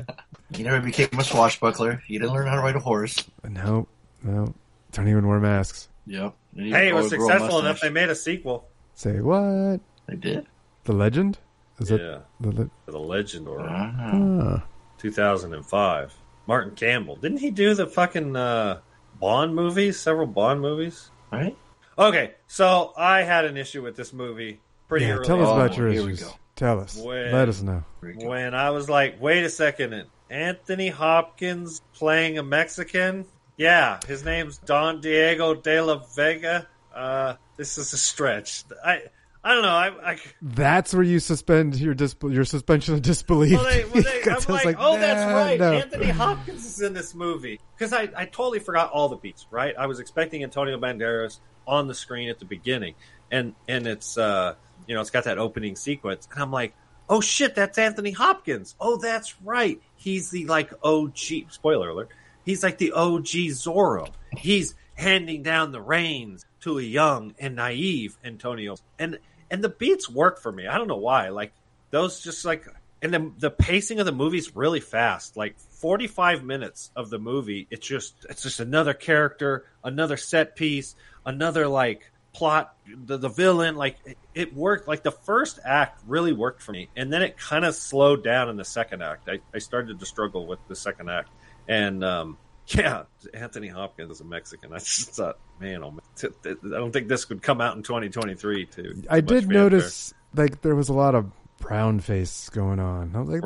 You never became a swashbuckler. You didn't learn how to ride a horse. no, no, don't even wear masks. Yep. You Hey, it was didn't grow a mustache. successful enough. They made a sequel. Say what? They did? The legend? Is it Yeah. the le- The Legend or Ah. 2005. Martin Campbell. Didn't he do the fucking uh, Bond movies? Several Bond movies? Right? Okay, so I had an issue with this movie pretty Yeah, early. tell us on. Oh, about your issues. Tell us. When- Let us know. When I was like, wait a second, Anthony Hopkins playing a Mexican? Yeah, his name's Don Diego de la Vega. Uh, this is a stretch. I I don't know. I, I That's where you suspend your dis- your suspension of disbelief. Well, they, well, they, I'm Because I was like, oh, that's nah, right. no." Anthony Hopkins is in this movie because I, I totally forgot all the beats. Right, I was expecting Antonio Banderas on the screen at the beginning, and and it's uh you know it's got that opening sequence, and I'm like, oh shit, that's Anthony Hopkins. Oh, that's right. He's the like OG. Spoiler alert. He's like the OG Zorro. He's handing down the reins to a young and naive Antonio. And and the beats work for me. I don't know why. Like those just like and the the pacing of the movie's really fast. Like 45 minutes of the movie, it's just it's just another character, another set piece, another like plot the, the villain like it, it worked like the first act really worked for me and then it kind of slowed down in the second act I, I started to struggle with the second act and um yeah anthony hopkins is a mexican i just thought man oh, man. T- t- i don't think this would come out in 2023 too I did notice like there was a lot of brown face going on. I was like,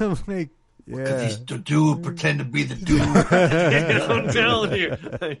I'm like, yeah. The dude pretend to be the dude. I'm telling you.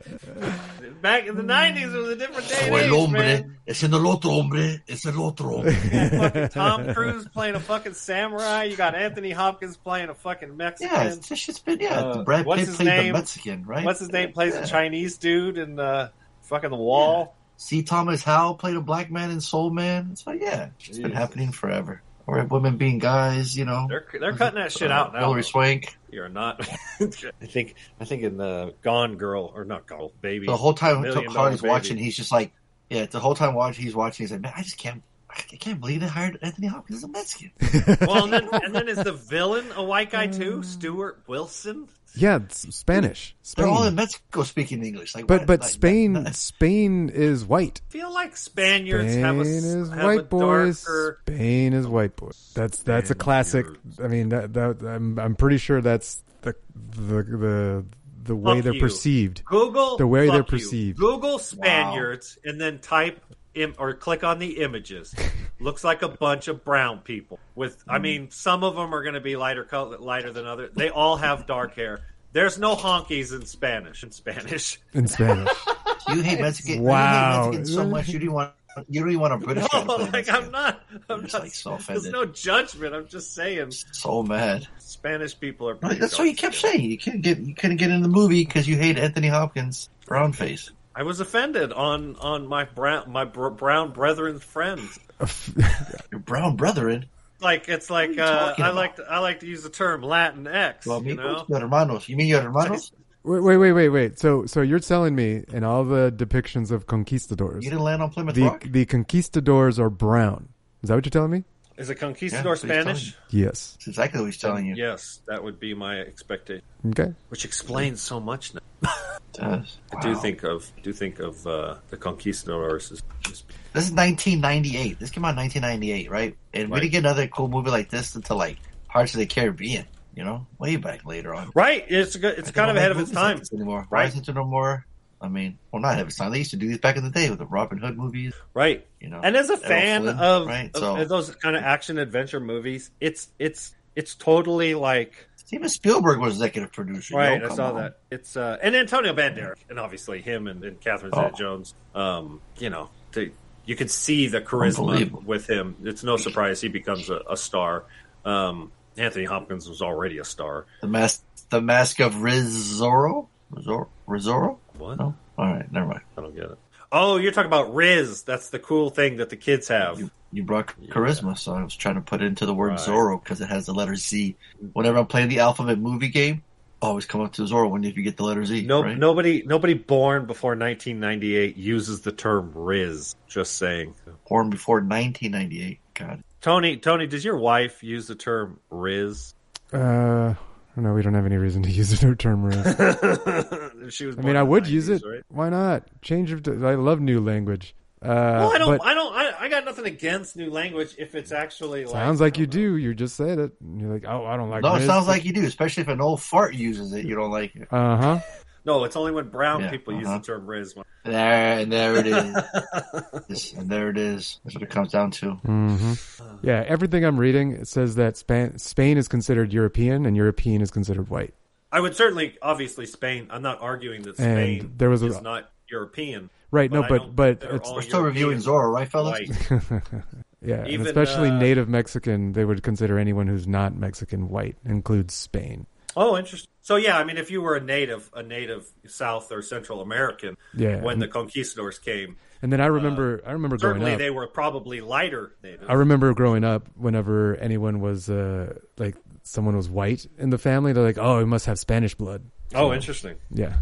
Back in the 90s, it was a different day. O el and age, hombre man. es en el otro hombre, es el otro You hombre. got fucking Tom Cruise playing a fucking samurai. You got Anthony Hopkins playing a fucking Mexican. Yeah, it's- this shit's been yeah. Uh, Brad what's Pitt his played name? the Mexican, right? What's his name? Plays Yeah. a Chinese dude in uh, fucking The Wall. See, Thomas Howell played a black man in Soul Man. So yeah, it's been Jesus. happening forever. Or women being guys, you know. They're they're cutting that shit Uh, out now. Hillary Swank. You're not. I think I think in the Gone Girl or not Gone Baby. The whole time Million Dollar Carly's Baby. watching, he's just like, yeah. The whole time watching, he's watching. He's like, man, I just can't. I can't believe they hired Anthony Hopkins as a Mexican. Well, and then, and then is the villain a white guy too? Stuart Wilson. Yeah, it's Spanish. Spain. They're all in Mexico speaking English. Like, but what- but like, Spain Spain is white. feel like Spaniards Spain have a is have a white boys. darker. Spain is white boys. That's that's a classic. I mean, that, that I'm I'm pretty sure that's the the the the way Fuck they're you. perceived. Google the way fuck they're you. perceived. Google Spaniards and then type Im- or click on the images. Looks like a bunch of brown people with. I mean, Mm. some of them are going to be lighter color, lighter than other. They all have dark hair. There's no honkies in Spanish. In Spanish, in Spanish. You hate Mexicans. Wow. You hate Mexicans so much. You don't want. You don't even want a British guy to play no, like Mexican. I'm not. I'm not. like, so there's offended. no judgment. I'm just saying So mad. Oh Spanish people are. Like, pretty that's what you kept dark. saying. You couldn't get. You couldn't get in the movie because you hate Anthony Hopkins. Brown face. I was offended on on my brown my br- brown brethren's friends. Your brown brethren. Like it's like are you uh, talking I about? like to, I like to use the term Latin X. Well, you know, amigos, your hermanos. You mean your hermanos? Wait, wait, wait, wait, wait. So, so you're telling me in all the depictions of conquistadors, You didn't land on Plymouth the Rock. the conquistadors are brown. Is that what you're telling me? is it Yeah, conquistador so he's Spanish? Yes. That's exactly what he's telling you. Yes, that would be my expectation, Okay. which explains so much. Now. It does. I do Wow. think of do think of uh, the conquistadors. As, as- This is 1998. This came out in 1998, right? And we Right. didn't get another cool movie like this until like Parts of the Caribbean. You know, way back later on. right, it's good, it's kind of They ahead don't make of its movies like time. this anymore. Why right? isn't there no more? I mean, well, not ahead of its time. They used to do these back in the day with the Robin Hood movies. Right. You know, and as a Errol fan Flynn, of, right? of- So- of those kind of action adventure movies, it's it's it's totally like Steven Spielberg was executive producer. Right, yo, I Oh, come saw on. that. It's uh, and Antonio Banderas, and obviously him and, and Catherine Oh. Zeta-Jones. Um, you know, to, you could see the charisma Unbelievable. with him. It's no surprise he becomes a, a star. Um, Anthony Hopkins was already a star. The mask, the mask of Rizzoro, Rizzoro, Rizzoro. What? No, all right, never mind. I don't get it. Oh, you're talking about Riz. That's the cool thing that the kids have. You brought charisma, so I was trying to put it into the word Right. Zorro because it has the letter Z. Whenever I'm playing the alphabet movie game, always come up to Zora when if you get the letter Z. No, right? nobody, nobody born before 1998 uses the term Riz. Just saying. Born before 1998. God. Tony, Tony, does your wife use the term Riz? Uh, no, we don't have any reason to use the term Riz. she was. I Born mean, I in the would use 90s, it. Right? Why not? Change of. I love new language. Uh, well, I don't, but I don't, I, I got nothing against new language if it's actually like. sounds like you do. You just said it. And you're like, oh, I don't like. no, Riz. it sounds like you do, especially if an old fart uses it. You don't like it. Uh huh. No, it's only when brown Yeah, people use uh-huh. the term Riz. When, There and there it is. This- and there it is. That's what it comes down to. hmm Yeah, everything I'm reading it says that Spain, Spain is considered European and European is considered white. I would certainly, obviously, Spain. I'm not arguing that Spain And there was a- is not European. Right, no, I but- don't but think they're it's- all We're still European reviewing Zorro, right, fellas? white. Yeah, and Even, especially uh, native Mexican, they would consider anyone who's not Mexican white, includes Spain. Oh, interesting. So yeah, I mean, if you were a native, a native South or Central American, Yeah. when the conquistadors came, And then Uh, I remember, I remember growing certainly up. they were probably lighter native. I remember growing up whenever anyone was uh, like someone was white in the family, they're like, "Oh, it must have Spanish blood." oh, interesting. Yeah,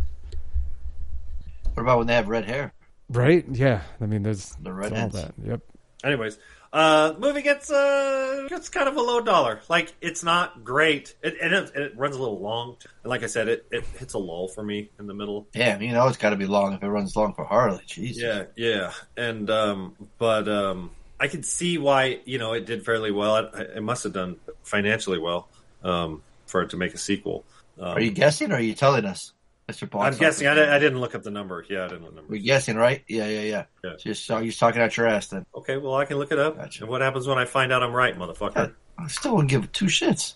What about when they have red hair? right. Yeah, I mean, there's The it's all redheads. that. Yep. Anyways, uh, movie gets uh gets kind of a low dollar. Like it's not great, it, and, it, and it runs a little long. And like I said, it, it hits a lull for me in the middle. Yeah, you know it's got to be long if it runs long for Harley. Jeez. Yeah, yeah, and um, but um, I can see why you know it did fairly well. It, it must have done financially well um, for it to make a sequel. Um, Are you guessing or are you telling us, Mister Paul? I'm guessing. I, di- I didn't look up the number. Yeah, I didn't look up the number. We're guessing, right? Yeah, yeah, yeah. Yeah. So you're, so you're talking out your ass then. Okay, well, I can look it up. And what happens when I find out I'm right, motherfucker? I still wouldn't give two shits.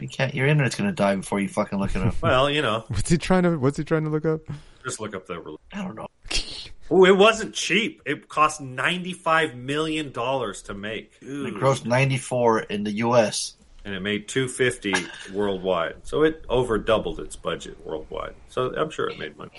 You can't. Your internet's gonna die before you fucking look it up. Well, you know, What's he trying to? What's he trying to look up? just look up the release. I don't know. Oh, it wasn't cheap. It cost $95 million to make. It Ooh. grossed 94 in the U.S. and it made 250 worldwide. So it over doubled its budget worldwide. So I'm sure it made money.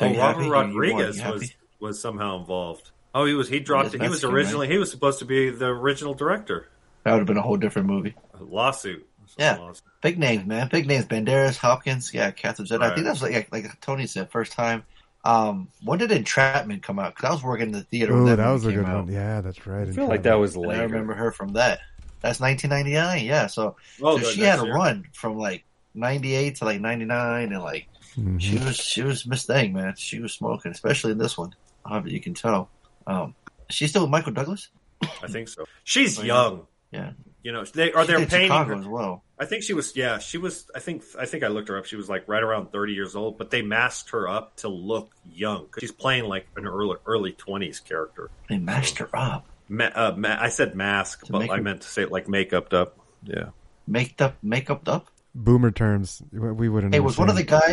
Are Oh, you happy? Robert You- you Rodriguez weren't was happy? was somehow involved. Oh, he was he dropped was it. He was Mexican, originally he was supposed to be the original director. That would have been a whole different movie. A lawsuit. Some Yeah. lawsuit. Big names, man. Big names. Banderas, Hopkins. Yeah, Catherine Zeta. I Right. think that's like like Tony said first time. Um, when did Entrapment come out? Because I was working in the theater. when Oh, that movie was a came good out. one. Yeah, that's right. I feel like that was And later. I remember her from that. That's 1999. Yeah, so, Oh, so good, she had next a year. run from like 98 to like 99, and like Mm-hmm. she was she was Miss Thing, man. She was smoking, especially in this one. Uh, You can tell. Um, she's still with Michael Douglas. I think so. She's Oh, yeah. young. Yeah, You know, they are She they're did painting Chicago her- as well. I think she was yeah, she was I think I think I looked her up. She was like right around 30 years old, but they masked her up to look young. 'Cause She's playing like an early early 20s character. They Oh. matched her up, Ma- uh, ma- I said mask, but make I her- meant to say like makeuped up. Yeah. make up, make up up. Boomer terms. We we wouldn't. Hey, was one of the understand.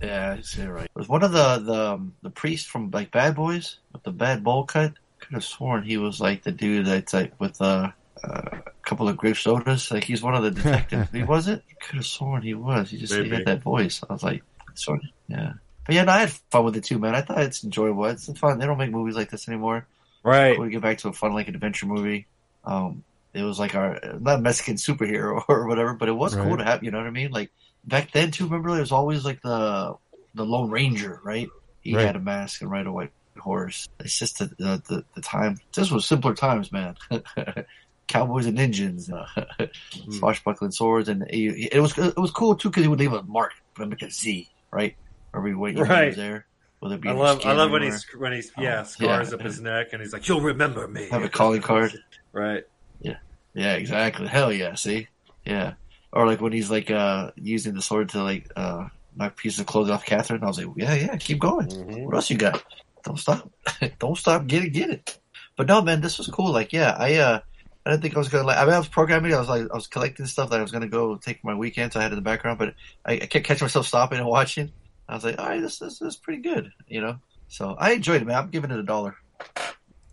guys? Yeah, I say it right. Was one of the the um, the priests from like Bad Boys with the bad bowl cut? Could have sworn he was like the dude that's like with uh, uh, a couple of grape sodas. Like he's one of the detectives. he was it? Could have sworn he was. He just he Maybe. had that voice. I was like, sort of, yeah. But yeah, no, I had fun with it too, man. I thought it's enjoyable. It's fun. They don't make movies like this anymore. Right. We get back to a fun like adventure movie. Um, it was like our not Mexican superhero or whatever, but it was cool Right. to have. You know what I mean? Like back then too. Remember, there was always like the the Lone Ranger, right? He Right. had a mask and ride a white horse. It's just the the, the, the time. This was simpler times, man. Cowboys and Indians, uh, Hmm. swashbuckling swords, and it, it was it was cool too because he would leave a mark, like a Z, right? Or we wait, Right. there. Whether it be I in his love I skin love when anywhere. he's when he's yeah, Oh, scars yeah. up his neck and he's like, "You'll remember me." have a calling card. Right. Yeah, exactly. Hell yeah, see? Yeah. Or like when he's like uh using the sword to like uh knock pieces of clothes off Catherine, I was like, Yeah, yeah, keep going. What else you got? Don't stop. Don't stop, get it, get it. But no man, this was cool. Like, yeah, I uh I didn't think I was gonna like I mean I was programming, I was like I was collecting stuff that I was gonna go take for my weekends I had in the background, but I, I kept catching myself stopping and watching. I was like, All right, this this, this is pretty good, you know? So I enjoyed it, man. I'm giving it a dollar.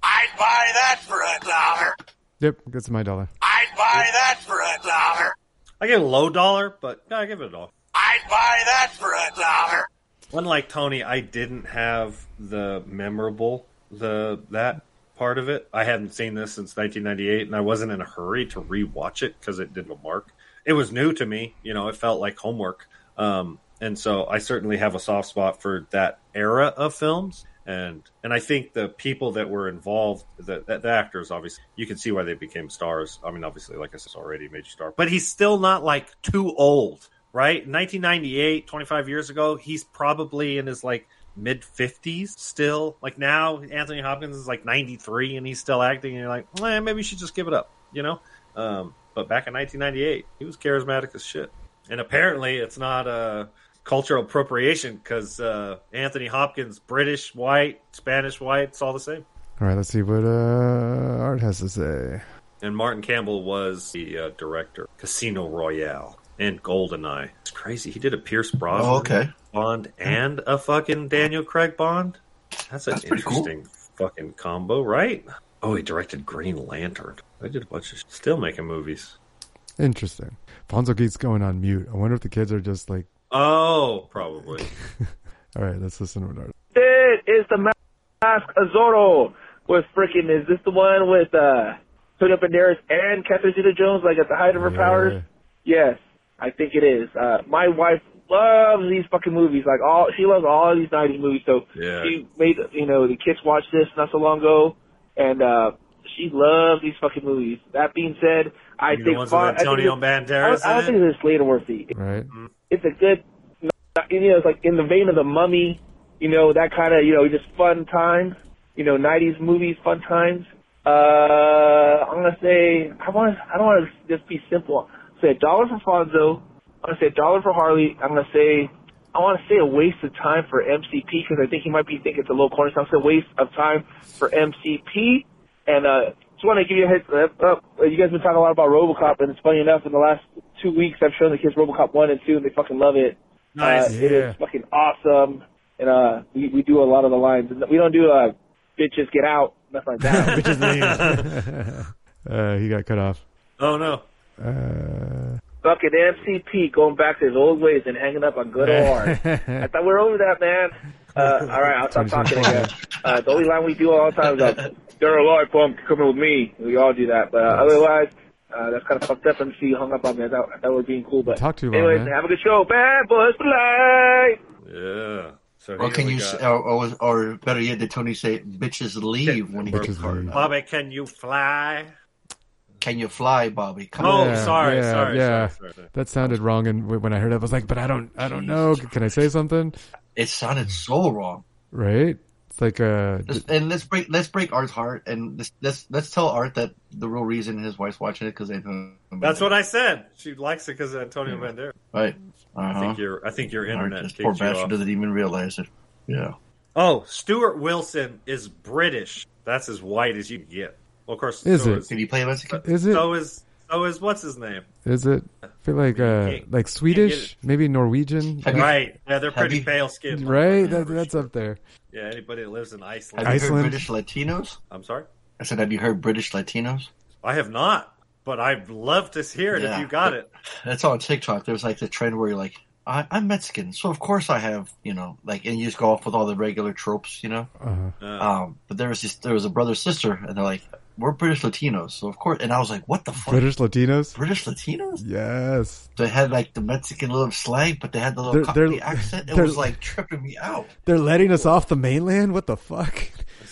I'd buy that for a dollar. Yep, that's my dollar. I'd buy that for a dollar. I get a low dollar, but yeah, I give it a dollar. I'd buy that for a dollar. Unlike Tony, I didn't have the memorable the that part of it. I hadn't seen this since 1998, and I wasn't in a hurry to rewatch it because it didn't mark. It was new to me. You know, it felt like homework. Um, and so I certainly have a soft spot for that era of films. And and I think the people that were involved, the, the, the actors, obviously, you can see why they became stars. I mean, obviously, like I said, already a major star, but he's still not like too old, right? 1998, 25 years ago, he's probably in his like mid 50s still. Like now, Anthony Hopkins is like 93 and he's still acting, and you're like, eh, maybe you should just give it up, you know? Um, but back in 1998, he was charismatic as shit. And apparently, it's not a cultural appropriation because uh, Anthony Hopkins, British, white, Spanish, white, it's all the same. All right, let's see what uh, Art has to say. And Martin Campbell was the uh, director, Casino Royale and Goldeneye. It's crazy. He did a Pierce Brosnan Oh, okay. Bond and a fucking Daniel Craig Bond. That's an That's pretty cool. interesting fucking combo, right? Oh, he directed Green Lantern. I did a bunch of still making movies. Interesting. Fonzo keeps going on mute. I wonder if the kids are just like, Oh, probably. all right, let's listen to what Art. It is the Mask of Zorro with freaking. Is this the one with uh, Antonio Banderas and Catherine Zeta-Jones like at the height of her powers? Yes, I think it is. Uh, my wife loves these fucking movies. Like all, she loves all of these '90s movies. So Yeah. she made you know the kids watch this not so long ago, and uh, she loves these fucking movies. That being said, I You mean the think ones Fon- with I Antonio think this- Banderas I don't, I in don't think this later worthy. Right. It's a good, you know, it's like in the vein of the Mummy. You know that kind of you know just fun times. You know '90s movies, fun times. Uh, I'm gonna say I want. I don't want to just be simple. Say a dollar for Fonzo. I'm gonna say a dollar for Harley. I'm gonna say I want to say a waste of time for MCP because I think he might be thinking it's a little corner. So I'm gonna say waste of time for MCP. And uh, just want to give you a heads up. Uh, You guys been talking a lot about RoboCop, and it's funny enough in the last two weeks I've shown the kids RoboCop one and two, and they fucking love it. Nice. Uh, It is fucking awesome. And uh, we we do a lot of the lines. And We don't do uh, bitches get out, nothing like that. uh, he got cut off. Oh no. Uh, Fucking MCP going back to his old ways and hanging up on good old art. I thought we were over that, man. Uh, all right, I'll stop talking again. Uh, the only line we do all the time is uh, "You're a lawyer, punk. Come in with me." We all do that, but uh, otherwise, uh, that's kind of fucked up. MC hung up on me. I thought, I thought we were being cool, but Talk too long, anyways, man. have a good show, bad boys for life. Yeah. So Or can you, uh, s or, or, or better yet, did Tony say, "Bitches leave" when he gets hurt? Bobby, can you fly? Can you fly, Bobby? Come Oh, on. sorry, yeah, sorry, yeah. sorry, sorry. That sounded wrong, and w- when I heard it, I was like, "But I don't, I don't know. Can I say something?" It sounded so wrong. Right? It's like, uh, d- Let's- and let's break let's break Art's heart, and let's let's, let's tell Art that the real reason his wife's watching it because they. That's what I said. She likes it because of Antonio Banderas. Right. I Uh-huh. think your I think your Art, internet this kicked poor you bastard off. doesn't even realize it. Yeah. Oh, Stuart Wilson is British. That's as white as you can get. Well, of course, Is so it? is- Did he play Mexican? Is it? So is so is what's his name? is it? I feel like, uh, can't- like Swedish, maybe Norwegian, Have you- Right? Yeah, they're pretty Have you- pale skinned. right? That, that's up there. Yeah, anybody that lives in Iceland. Have you Iceland. heard British Latinos? I'm sorry, I said, have you heard British Latinos? I have not, but I'd love to hear it Yeah. if you got it. That's on TikTok. There's like the trend where you're like, I, I'm Mexican, so of course I have, you know, like, and you just go off with all the regular tropes, you know. Uh-huh. Um, but there was just there was a brother sister, and they're like, we're British Latinos, so of course. And I was like, what the fuck? British Latinos. British Latinos? Yes, They had like the Mexican little slang, but they had the They're- little they're- cockney accent. It they're- was like tripping me out. they're letting us off the mainland. What the fuck?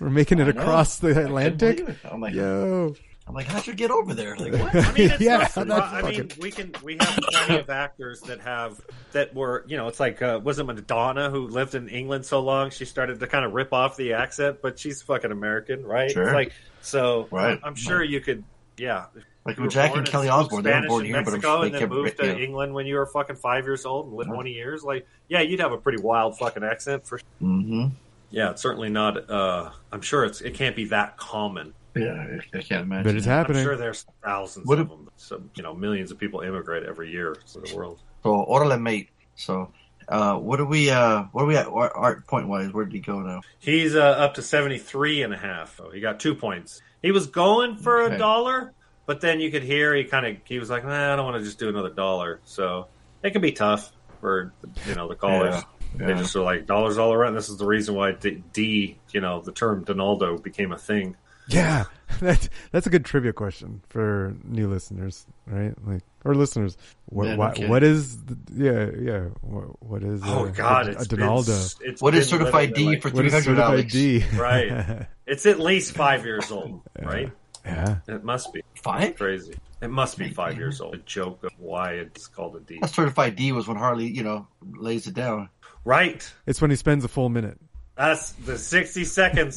We're making it I know. across I the couldn't Atlantic. believe it. I'm like, Yo, I'm like, how'd you get over there? Like, what? I mean, it's Yeah, not surpri- that's I mean, we can we have plenty of actors that have that were you know it's like uh, wasn't Madonna who lived in England so long she started to kind of rip off the accent, but she's fucking American, right? Sure. It's like so, Right. I'm sure you could, yeah. Like with You were Jack born and in Kelly Osbourne, they were Spanish born in here, but I'm Mexico, sure they and then kept moved Brit- to yeah. England when you were fucking five years old and lived Right. 20 years. Like, yeah, you'd have a pretty wild fucking accent for. Mm-hmm. Yeah, it's certainly not. uh I'm sure it's it can't be that common. Yeah, I, I can't imagine. But it's that. happening. I'm sure there's thousands What of if- them. Some, you know, millions of people immigrate every year to the world. So orale mate. So uh, what are we? Uh, what are we at art, art point wise? Where did he go now? He's uh, up to 73 and a half. So he got two points. He was going for Okay. a dollar, but then you could hear he kind of he was like, nah, I don't want to just do another dollar. So it can be tough for you know the callers. Yeah. They Yeah. just are like dollars all around. This is the reason why D, D you know, the term Donaldo became a thing. Yeah, that's that's a good trivia question for new listeners, right? Like or listeners, what Yeah, no why, kidding. what is the, yeah yeah what, what is Oh uh, God, a, it's, a Donaldo? It's, it's What is been certified D literally for What is 300 certified Alex? D? right. It's at least five years old, right? Yeah. It must be Five? Crazy. It must be five years old. A joke of why it's called a D. That certified D was when Harley, you know, lays it down. Right. It's when he spends a full minute. That's the sixty seconds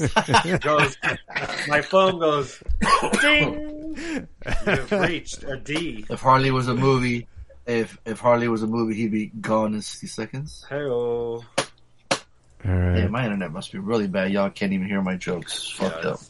goes. My phone goes ding. You've reached a D. If Harley was a movie, if if Harley was a movie, he'd be gone in 60 seconds. Hello. All right. Yeah, my internet must be really bad. Y'all can't even hear my jokes. Fucked up.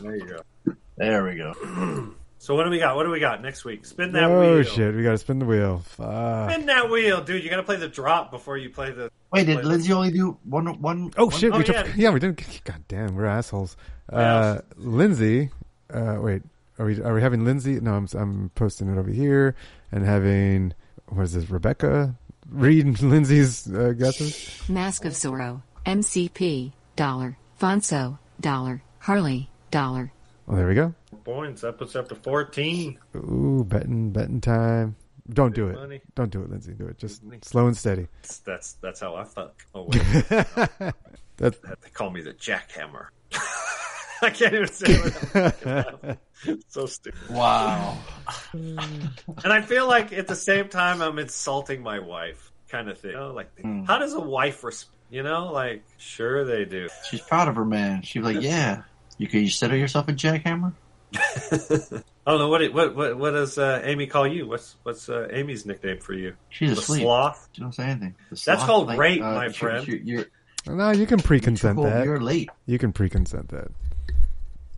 There you go. There we go. So what do we got? What do we got next week? Spin that oh wheel. shit, we gotta spin the wheel. Fuck. Spin that wheel, dude. You got to play the drop before you play the. Wait, did Lindsay only do one? one Oh one- shit! we yeah. took, yeah. we didn't. God damn, we're assholes. Uh, Lindsay, uh, wait, are we are we having Lindsay? No, I'm I'm posting it over here and having what is this? Rebecca read Lindsay's uh, guesses. Mask of Zorro, MCP, dollar, Fonso, dollar, Harley, dollar. Well, Oh, there we go. Points. That puts up to fourteen. Ooh, betting betting time. Don't do it. money. Don't do it, Lindsay. Do it. Just slow and steady. That's that's, that's how I fuck. Oh wait, That's they call me the jackhammer. I can't even say it. without fucking laughing. so stupid. Wow. And I feel like at the same time I'm insulting my wife, kind of thing. You know, like, Hmm. how does a wife respond? You know, like sure they do. She's proud of her, man. She's like, yeah. You could consider yourself a jackhammer? I don't know what it, what what what does uh, Amy call you? What's what's uh, Amy's nickname for you? She's the asleep. sloth. She don't say anything. The That's sloth, called like, rape, uh, my you're- friend. You're, you're, no. You can pre-consent Nicole, that. you're late. You can pre-consent that.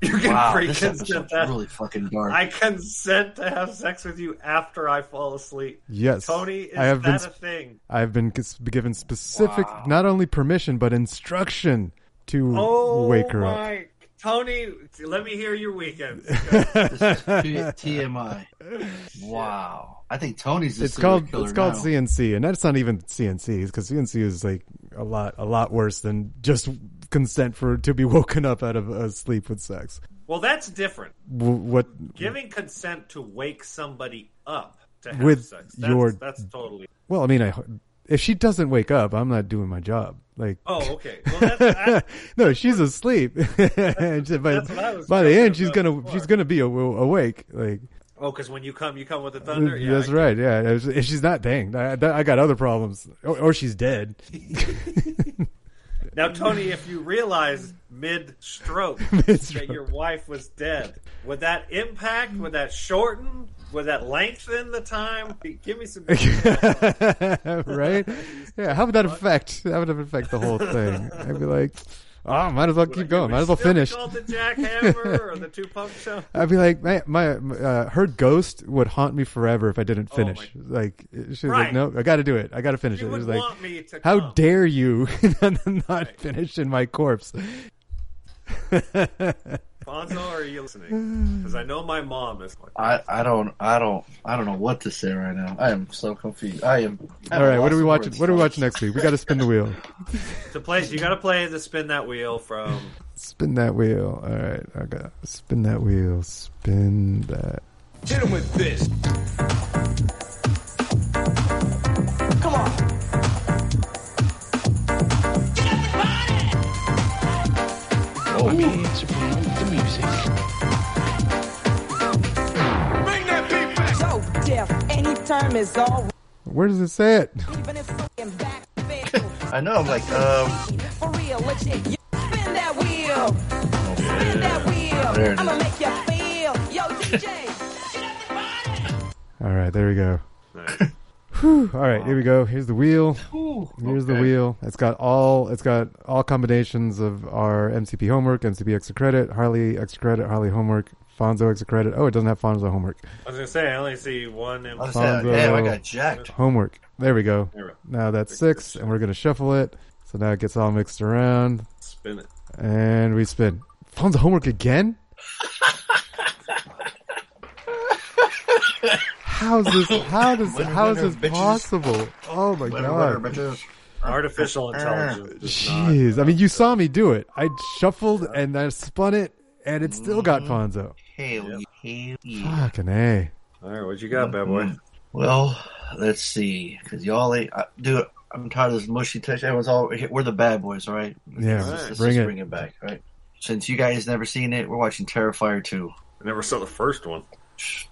You can wow, this pre-consent episode's that. really fucking dark. I consent to have sex with you after I fall asleep. Yes, Tony, is I have that been a sp- thing? I've been gis- given specific, Wow. not only permission but instruction to Oh wake her up. my. Tony, let me hear your weekend. This is T- TMI. Wow. I think Tony's the It's serial called killer it's called now. CNC, and that's not even CNC because CNC is like a lot a lot worse than just consent for to be woken up out of a sleep with sex. well, that's different. W- what Giving consent to wake somebody up to have With sex. That's, your- that's totally. Well, I mean, I, if she doesn't wake up, I'm not doing my job. Like, Oh, okay. Well, that's, I, no, she's asleep. And she- by what I was by the talking end, she's about gonna before. she's gonna be aw- awake. Like, oh, because when you come, you come with the thunder. Yeah, that's I- right. Yeah, if if she's not banged, I, that- I got other problems, or, or she's dead. Now, Tony, if you realize mid-stroke, that Mid-stroke. your wife was dead, would that impact? Would that shorten? Would that lengthen the time? Give me some. right? Yeah. How would that affect? How would that affect the whole thing? I'd be like, oh, might as well keep going. Might as well Still finish. Called the jackhammer or the two pump show. I'd be like, my, my uh, her ghost would haunt me forever if I didn't Oh finish. like she was Right. like, no, I got to do it. I got to finish You it. It would was like, want me to how come." dare you not finishing my corpse? Fonzo, are you listening? Because I know my mom is. Like, I, I don't I don't I don't know what to say right now. I am so confused. I am. I All right, lost what are we for watching? words. What are we watching next week? We got to spin the wheel. to play, you got to play the spin that wheel from. Spin that wheel. All right, I got spin that wheel. Spin that. Hit him with this. Come on. Oh, Bring that beat back. So deaf. Anytime is all. Where does it say it? Even if fucking back. I know. I'm like, um, For real, legit. You spin that wheel. Spin that There wheel. it I'ma is. make you feel. Yo, DJ. All right, there we go. Whew. All right, here we go. Here's the wheel. Here's the wheel. It's got all. It's got all combinations of our MCP homework, MCP extra credit, Harley extra credit, Harley homework, Fonzo extra credit. Oh, it doesn't have Fonzo homework. I was gonna say I only see one. in- I Fonzo said, damn, I got jacked. Homework. There we go. There we go. Now that's six, and we're gonna shuffle it. So now it gets all mixed around, Spin it. and we spin. Fonzo homework again. How's this? How does? Winner, How is winner, this bitches. possible? Oh my Winner, god! winner, bitches. Artificial intelligence. is not- Jeez, I mean, you saw me do it. I shuffled and I spun it, and it still got Mm-hmm. Fonzo. Hell, yeah. hell yeah. Fucking a. All right, what you got, bad boy? Well, let's see, because y'all ain't, I, dude. I'm tired of this mushy touch. Everyone's all we're the bad boys, all right? Yeah, Let's- let's bring just it. bring it back, all right? Since you guys never seen it, we're watching Terrifier two. I never saw the first one.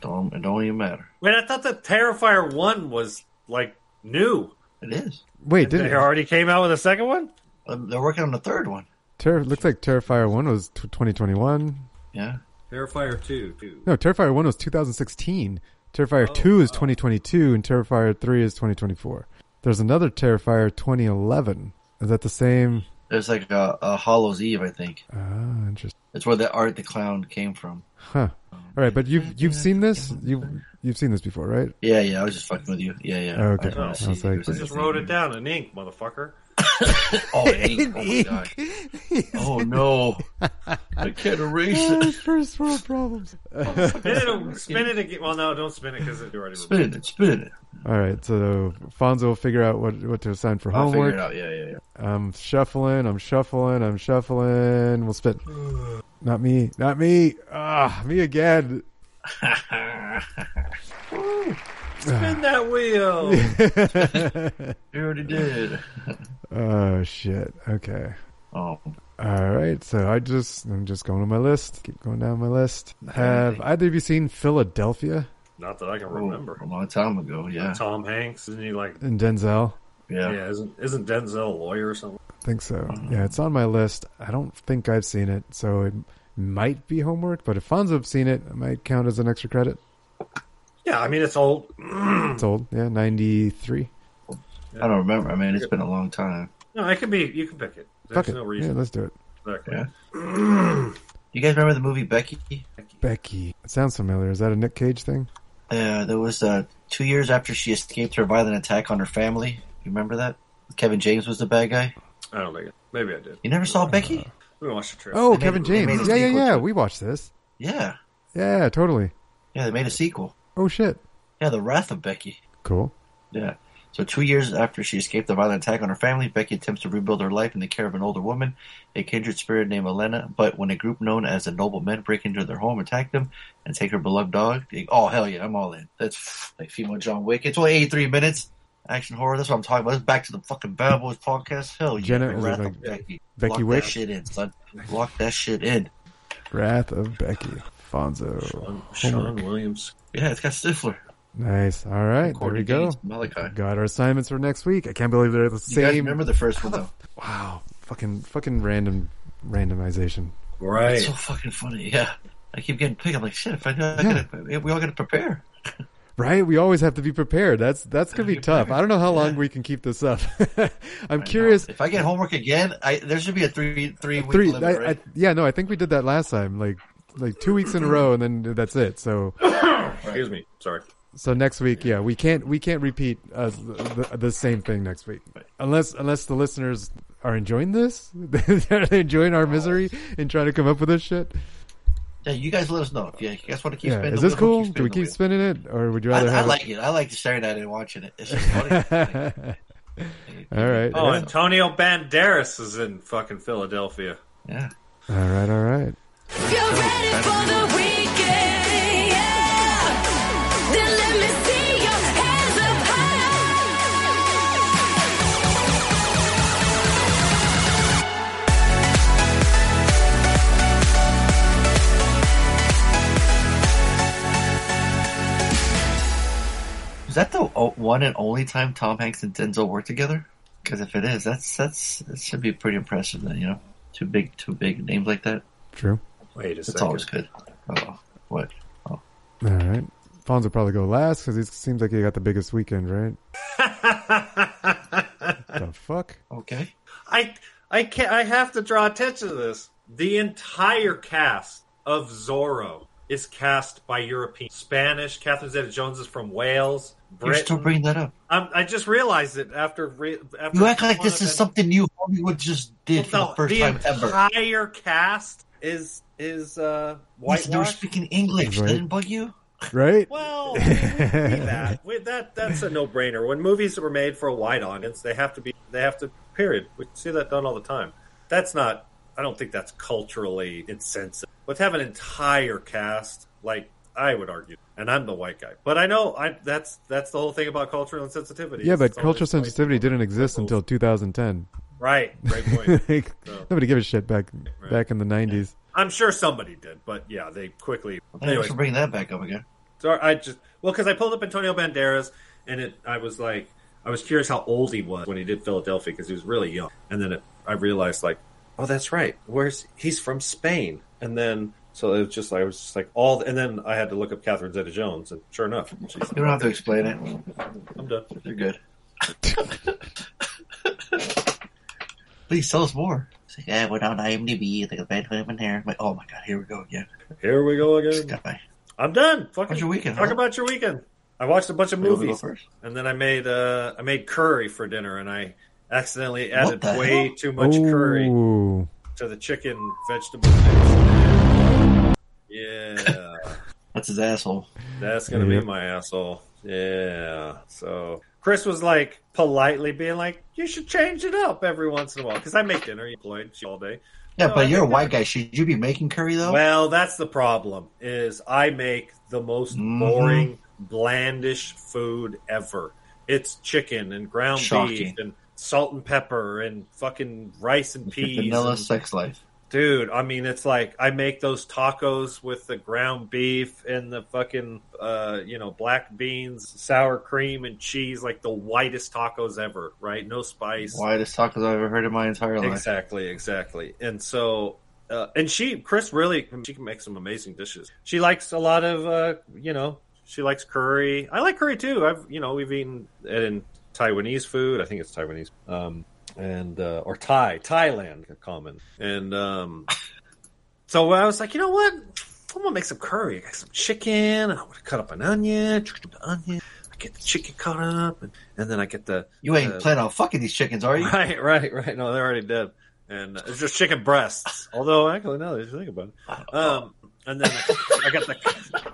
Don't it don't even matter. Wait, I thought the Terrifier one was like new. It is. Wait, They didn't already came out with a second one. Um, they're working on the third one. Terror, looks like Terrifier one was t- 2021. Yeah. Terrifier two, two. No, Terrifier one was 2016. Oh, Terrifier two is 2022, and Terrifier three is 2024. There's another Terrifier 2011. Is that the same? There's like a, a Hollow's Eve, I think. Ah, interesting. That's where the art the clown came from. Huh. All right, but you've you've seen this. You have you've seen this before, right? Yeah, yeah. I was just fucking with you. Yeah, yeah. Oh, okay. I, wanna I see was if like- there's I just anything. wrote it down in ink, motherfucker. Oh, ink. Oh, my God. oh no, I can't erase it. First world problems. spin it, spin it again. Well, no, don't spin it because it already. Spin it, spin it. All right, so Fonzo will figure out what what to assign for I'll figure homework. it out. Yeah, yeah, yeah. I'm shuffling. I'm shuffling. I'm shuffling. We'll spit. Not me. Not me. Ah, me again. Spin that wheel. You already did. Oh shit. Okay. Oh. All right. So I just I'm just going to my list. Keep going down my list. Have either of you seen Philadelphia Not that I Oh. can remember. A long time ago, yeah. Tom Hanks, isn't he like? and Denzel? Yeah. Yeah, isn't isn't Denzel a lawyer or something? I think so. Mm-hmm. Yeah, it's on my list. I don't think I've seen it, so it might be homework. But if Fonzo's seen it, it might count as an extra credit. Yeah, I mean it's old. It's old. Yeah, ninety three. I don't remember. I mean, it's been a long time. No, it could be. You can pick it. There's Fuck it. no yeah, reason. let's do it. Exactly. You guys remember the movie Becky? Becky. It sounds familiar. Is that a Nick Cage thing? Uh, that was uh, two years after she escaped her violent attack on her family. You remember that? Kevin James was the bad guy. I don't think it. Maybe I did. You never saw Becky? We watched the trailer. Oh, They made- Kevin they made James. a Yeah, yeah, sequel yeah. to it. We watched this. Yeah, Yeah, totally. yeah. They made a sequel. Oh shit. Yeah, The Wrath of Becky. Cool. Yeah. So two years after she escaped the violent attack on her family, Becky attempts to rebuild her life in the care of an older woman, a kindred spirit named Elena. But when a group known as the Noble Men break into their home, attack them, and take her beloved dog, they, oh hell yeah, I'm all in. That's like female John Wick. It's only 83 minutes. Action horror. That's what I'm talking about. It's back to the fucking Bad Boys podcast. Hell yeah, Jenna- was it Wrath of like Becky. Becky Lock Wick? that shit in, son. Lock that shit in. Wrath of Becky. Fonzo. Sean Homework. Williams. Yeah, it's got Stifler. Nice. All right. There Courtney we go. Gaines, Malachi. Got our assignments for next week. I can't believe they're the You guys same. remember the first one though? Wow. Fucking fucking random randomization. Right. It's so fucking funny. Yeah. I keep getting picked. I'm like, shit, if I, I gotta, we all got to prepare. Right? We always have to be prepared. That's that's gonna be tough. I don't know how long we can keep this up. I'm curious. If I get homework again, I, there should be a three three week Three. limit. I, I, right? yeah. No, I think we did that last time. Like like two weeks in a row, and then that's it. So Excuse me. Sorry. So next week, yeah, we can't we can't repeat uh, the, the, the same thing next week, unless unless the listeners are enjoying this, are they enjoying our misery and trying to come up with this shit? yeah, you guys let us know if you you guys want to keep Yeah, spinning. is the this wheel, cool? Do we keep spinning spinning it, or would you the rather wheel. I, I have? like it. I like just staring at it and watching it. It's just funny. Like, all right, Oh, Antonio Banderas is in fucking Philadelphia. yeah. all right, all right. You're ready for the weekend, yeah. Then let me see your hands up high. Is that the o- one and only time Tom Hanks and Denzel work together? Because if it is, that's that's that should be pretty impressive. Then you know, two big two big names like that. True. Wait a It's second. always good. Oh, what? Oh, All right. Fonz will probably go last because it seems like he got the biggest weekend, right? the fuck? okay. I I can I have to draw attention to this. The entire cast of Zorro is cast by European Spanish. Catherine Zeta-Jones is from Wales. You're still Britain. bringing that up. I'm, I just realized it after re, after You act like one this of is the- something new Hollywood just did for No, the first the time ever. entire cast is is uh Listen, They were whitewashed. speaking English. That Right. didn't bug you? right? Well, we- we that. We- that that's a no brainer. When movies were made for a wide audience, they have to be they have to period. We see that done all the time. That's not. I don't think that's culturally insensitive. But to have an entire cast, like I would argue, and I'm the white guy, but I know I that's that's the whole thing about cultural insensitivity. Yeah, is but it's always cultural sensitivity didn't exist until 2010. Right, great point. Like, So- Nobody gave a shit back Right. back in the 90s. I'm sure somebody did, but yeah, they quickly. Hey, Anyway, we should bring that back up again. Sorry, I just well because I pulled up Antonio Banderas and it I was like I was curious how old he was when he did Philadelphia because he was really young and then it, I realized like oh that's right where's he's from Spain and then so it was just like I was just like all and then I had to look up Catherine Zeta Jones and sure enough she's You don't have to explain it. I'm done You're good. Please tell us more. It's like, yeah, I went on IMDb. They got bad women there. I'm like, oh my god, here we go again. here we go again I'm done fucking How's your weekend, talk huh? about your weekend I watched a bunch of You wanna go movies first? and then I made uh I made curry for dinner and I accidentally added the way hell? too much curry Ooh. to the chicken vegetable mix. Yeah, That's his asshole. that's gonna Yep. be my asshole. Yeah. So Chris was like politely being like, "You should change it up every once in a while," because I make dinner. You employed she all day. Yeah, No, I but you're a make white guy. Should you be making curry though? Well, that's the problem. Is I make the most Mm-hmm. boring, blandish food ever. It's chicken and ground beef Shocking. and salt and pepper and fucking rice and peas. Vanilla and- sex life. Dude, I mean, it's like I make those tacos with the ground beef and the fucking, uh, you know, black beans, sour cream, and cheese, like the whitest tacos ever, right? No spice. Whitest tacos I've ever heard in my entire life. Exactly, exactly. And so, uh, and she, Chris, really, she can make some amazing dishes. She likes a lot of, uh, you know, she likes curry. I like curry too. I've, you know, we've eaten it in Taiwanese food. I think it's Taiwanese, um, and uh, or Thai, Thailand, common. And um, so I was like, you know what? I'm gonna make some curry. I got some chicken. I'm gonna cut up an onion. Chicken, onion. I get the chicken cut up, and, and then I get the You ain't uh, planning on fucking these chickens, are you? Right, right, right. No, they're already dead, and uh, it's just chicken breasts. Although, actually, now that you think about it, um, and then I, I got the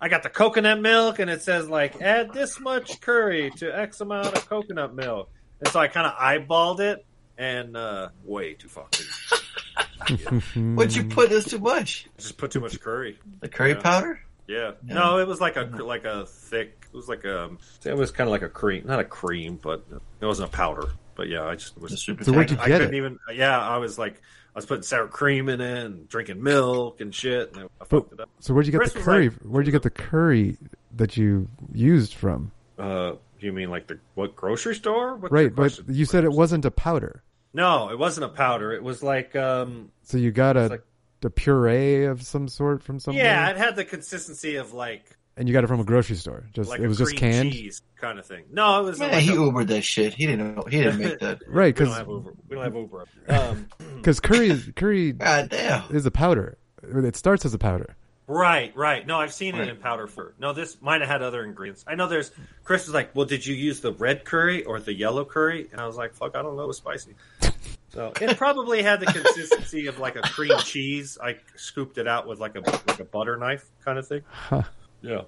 I got the coconut milk, and it says like add this much curry to X amount of coconut milk, and so I kind of eyeballed it, and uh, way too fucking. Mm-hmm. What'd you put? This too much. Just put too much curry. The curry Yeah. powder. Yeah. No, it was like a like a thick. It was like a. It was kind of like a cream, not a cream, but it wasn't a powder. But yeah, I just was. So where'd you I, get couldn't it? even. Yeah, I was like, I was putting sour cream in it and drinking milk and shit. And I, I But, fucked it up. so where'd you get Chris the was curry? like, where'd you get the curry that you used from? uh, you mean like the what grocery store? What's your right, but question? you said it wasn't a powder, no, it wasn't a powder. It was like um, so you got a It's like- a puree of some sort from somewhere. yeah, it had the consistency of like and you got it from a grocery store. Just like it a was just cream canned, cheese kind of thing. No, it was Man, like he a- Ubered that shit. He didn't. Know, he didn't make that. right? we don't Because have Uber. We don't have Uber. Um, because curry is curry God damn. is a powder. It starts as a powder. Right, right. No, I've seen Right. it in powder fur. No, this might have had other ingredients. I know there's. Chris was like, "Well, did you use the red curry or the yellow curry?" And I was like, "Fuck, I don't know. It was spicy." So it probably had the consistency of like a cream cheese. I scooped it out with like a like a butter knife kind of thing. Yeah.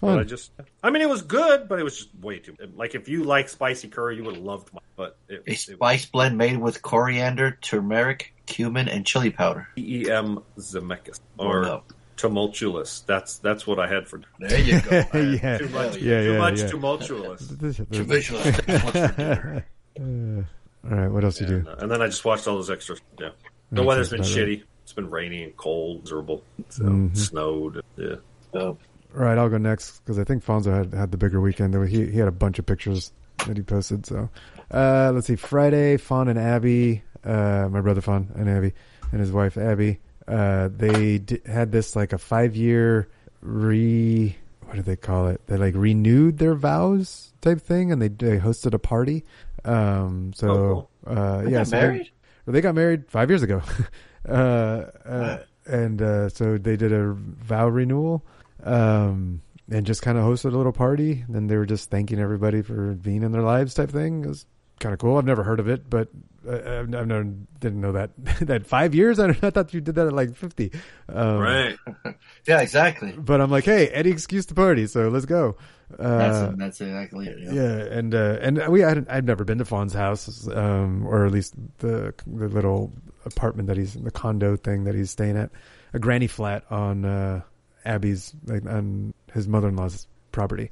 But I Fun. just, I mean, it was good, but it was just way too. Like, if you like spicy curry, you would have loved mine. But it, A it spice blend made with coriander, turmeric, cumin, and chili powder. E M Zemeckis or No. tumultuous. That's that's what I had for There you go. yeah, yeah, too much, yeah, too much yeah. tumultuous. Traditional things for dinner. Uh, all right, what else you do? And, uh, and then I just watched all those extras. Yeah, the That weather's been sounds about shitty. It's been rainy and cold, miserable, so Mhm. snowed. Yeah, So, All right, I'll go next because I think Fonzo had, had the bigger weekend. There were- He he had a bunch of pictures that he posted. So uh, let's see. Friday, Fawn and Abby, uh, my brother Fawn and Abby, and his wife Abby, uh, they d- had this like a five year re. What do they call it? They like renewed their vows type thing, and they they hosted a party. Um, so Oh, uh, They yeah, got so they- married? well, they got married five years ago, uh, uh, and uh, so they did a vow renewal um, and just kind of hosted a little party. Then they were just thanking everybody for being in their lives, type thing. It was kind of cool. I've never heard of it, but uh, I've, I've never didn't know that that five years. I, I thought you did that at like fifty. Um, Right. yeah, exactly. But I'm like, hey, any excuse to party, so let's go. Uh, That's that's exactly it. Yeah. yeah, and uh, and we I'd, I'd never been to Fawn's house, um, or at least the the little apartment that he's the condo thing that he's staying at, a granny flat on uh, Abby's like on his mother in law's property.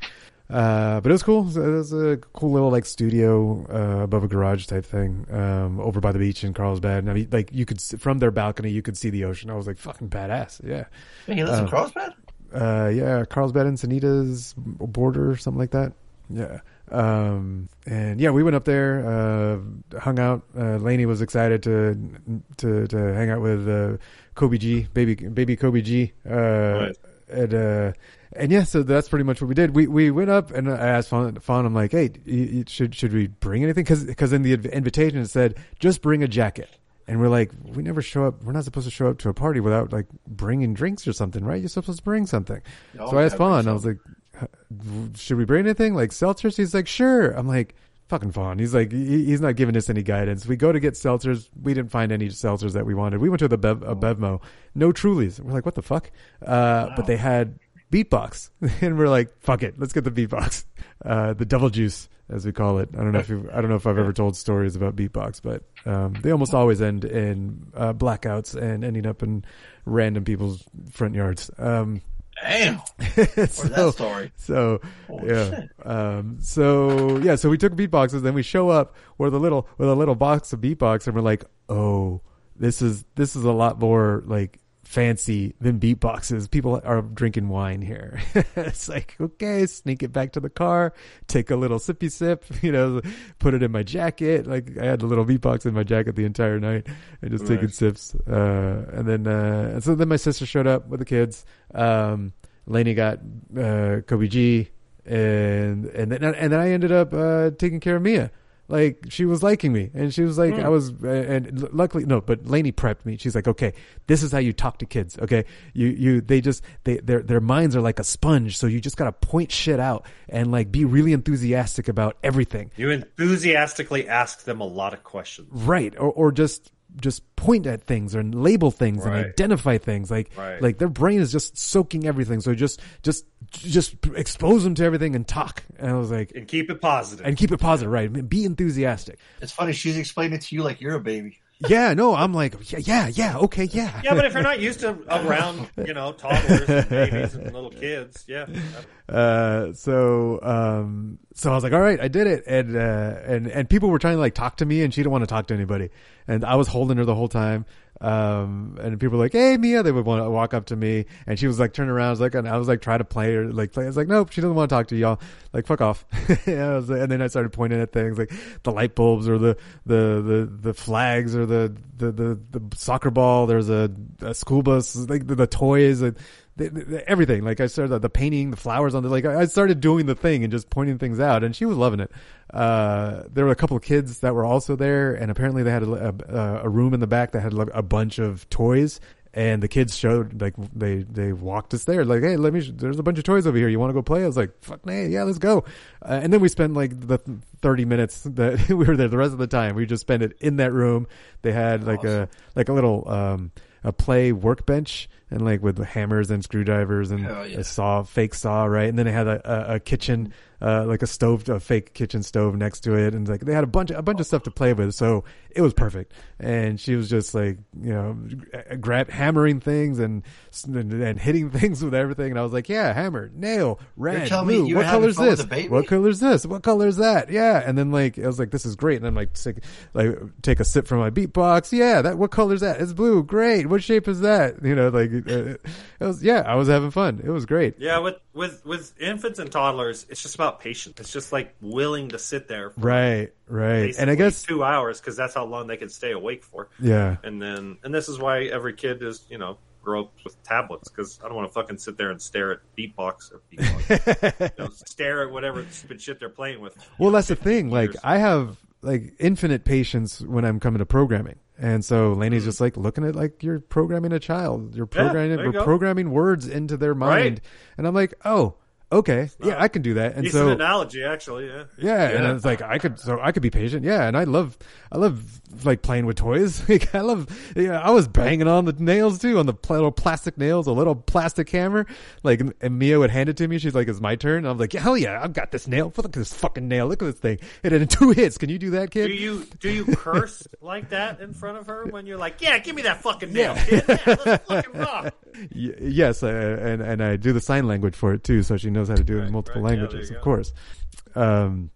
Uh, but it was cool. So It was a cool little like studio uh, above a garage type thing um, over by the beach in Carlsbad. And I mean, like you could s- from their balcony, you could see the ocean. I was like, fucking badass. Yeah. Wait, he lives in Uh, Carlsbad? uh yeah carlsbad and sanitas border or something like that yeah um and yeah we went up there uh hung out uh laney was excited to to to hang out with uh kobe g baby baby kobe g uh and uh and yeah so that's pretty much what we did we we went up and i asked fawn, fawn i'm like hey you, you- should should we bring anything because because in the inv- invitation it said just bring a jacket and we're like, we never show up. We're not supposed to show up to a party without like bringing drinks or something, right? You're supposed to bring something. Oh, so I asked yeah, Fawn, I was like, "Huh, should we bring anything like seltzers? He's like, sure. I'm like, fucking Fawn. He's like, he- he's not giving us any guidance. We go to get seltzers. We didn't find any seltzers that we wanted. We went to the Bev, a Bevmo, no Trulies. We're like, what the fuck? Uh, But they had beatbox and we're like, fuck it. Let's get the beatbox, uh, the devil juice as we call it. I don't know if you've, I don't know if I've ever told stories about beatbox, but um, they almost always end in uh, blackouts and ending up in random people's front yards. Um, Damn. so, that story? So yeah, um, so yeah, so we took beatboxes, then we show up with a little with a little box of beatbox, and we're like, oh, this is this is a lot more like fancy than beatboxes. People are drinking wine here. it's like okay, sneak it back to the car, take a little sippy sip, you know, put it in my jacket. Like I had the little beatbox in my jacket the entire night, and just taking Right. sips. Uh, and then uh, and so then my sister showed up with the kids. Um, Laney got uh, Kobe G, and and then and then I ended up uh, taking care of Mia. Like she was liking me, and she was like, I was, uh, and l- luckily no, but Lainey prepped me. She's like, okay, this is how you talk to kids. Okay, you you they just they their their minds are like a sponge, so you just gotta point shit out and like be really enthusiastic about everything. You enthusiastically ask them a lot of questions. right or or just just point at things and label things Right. and identify things like Right. like their brain is just soaking everything so just just just expose them to everything and talk and i was like and keep it positive and keep it positive right be enthusiastic It's funny. She's explaining it to you like you're a baby. yeah no i'm like yeah yeah yeah okay yeah Yeah, but if you're not used to around, you know, toddlers and babies and little kids, yeah. Uh, so um so I was like, all right, I did it, and uh, and and people were trying to like talk to me, and she didn't want to talk to anybody, and I was holding her the whole time. Um, and people were like, "Hey, Mia," they would want to walk up to me, and she was like, turn around, I was like, and I was like, try to play her, like, play. I was like, nope, she doesn't want to talk to y'all, like, fuck off. and, I was like- and then I started pointing at things like the light bulbs or the the the the flags or the the the, the soccer ball. There's a, a school bus, like the, the toys. And, the, the, everything. Like I started the, the painting, the flowers on the like. I I started doing the thing and just pointing things out, and she was loving it. Uh, there were a couple of kids that were also there, and apparently they had a, a, a room in the back that had like a bunch of toys. And the kids showed like they they walked us there like hey let me sh- there's a bunch of toys over here you want to go play I was like fuck nah, yeah let's go uh, and then we spent like the thirty minutes that we were there the rest of the time we just spent it in that room they had like a like a little um a play workbench and like with hammers and screwdrivers and Hell yeah. a saw, fake saw, right? And then it had a, a, a kitchen, uh, like a stove, a fake kitchen stove next to it, and like they had a bunch, a bunch of stuff to play with. So it was perfect. And she was just like, you know, grab hammering things and and, and hitting things with everything. And I was like, yeah, hammer, nail, red, telling me blue. you were What having color is fun with this? a baby? What color is this? What color is that? Yeah. And then like I was like, this is great. And I'm like, sick, like take a sip from my beatbox. Yeah. That what color is that? It's blue. Great. What shape is that? You know, like uh, it was. Yeah, I was having fun. It was great. Yeah, with with with infants and toddlers, it's just about patience. It's just like willing to sit there for Right. Right. And I basically guess two hours because that's how long they can stay awake for. Yeah. and then and this is why every kid is you know grow up with tablets because I don't want to fucking sit there and stare at beatbox or beatbox, you know, stare at whatever stupid shit they're playing with. Well, that's the thing. Like I have like infinite patience when I'm coming to programming. And so Laney's just like looking at like you're programming a child. You're Hmm. Yeah, programming there you we're go. programming words into their Right. mind. And I'm like, "Oh, okay, yeah, I can do that. And Decent so analogy, actually. Yeah. yeah, and it's like I could so I could be patient. Yeah, and I love I love like playing with toys. Like I love yeah, I was banging on the nails too on the pl- little plastic nails, a little plastic hammer. Like and- and Mia would hand it to me. She's like, "It's my turn." And I'm like, "Hell yeah, I've got this nail. Look at this fucking nail. Look at this thing. It had two hits. Can you do that, kid?" Do you do you curse like that in front of her when you're like, yeah, give me that fucking nail? kid. Yeah, let's fucking rock. Y- yes, I, and and I do the sign language for it too, so she knows how to do it in multiple right, yeah, languages, there you of go. course. Um,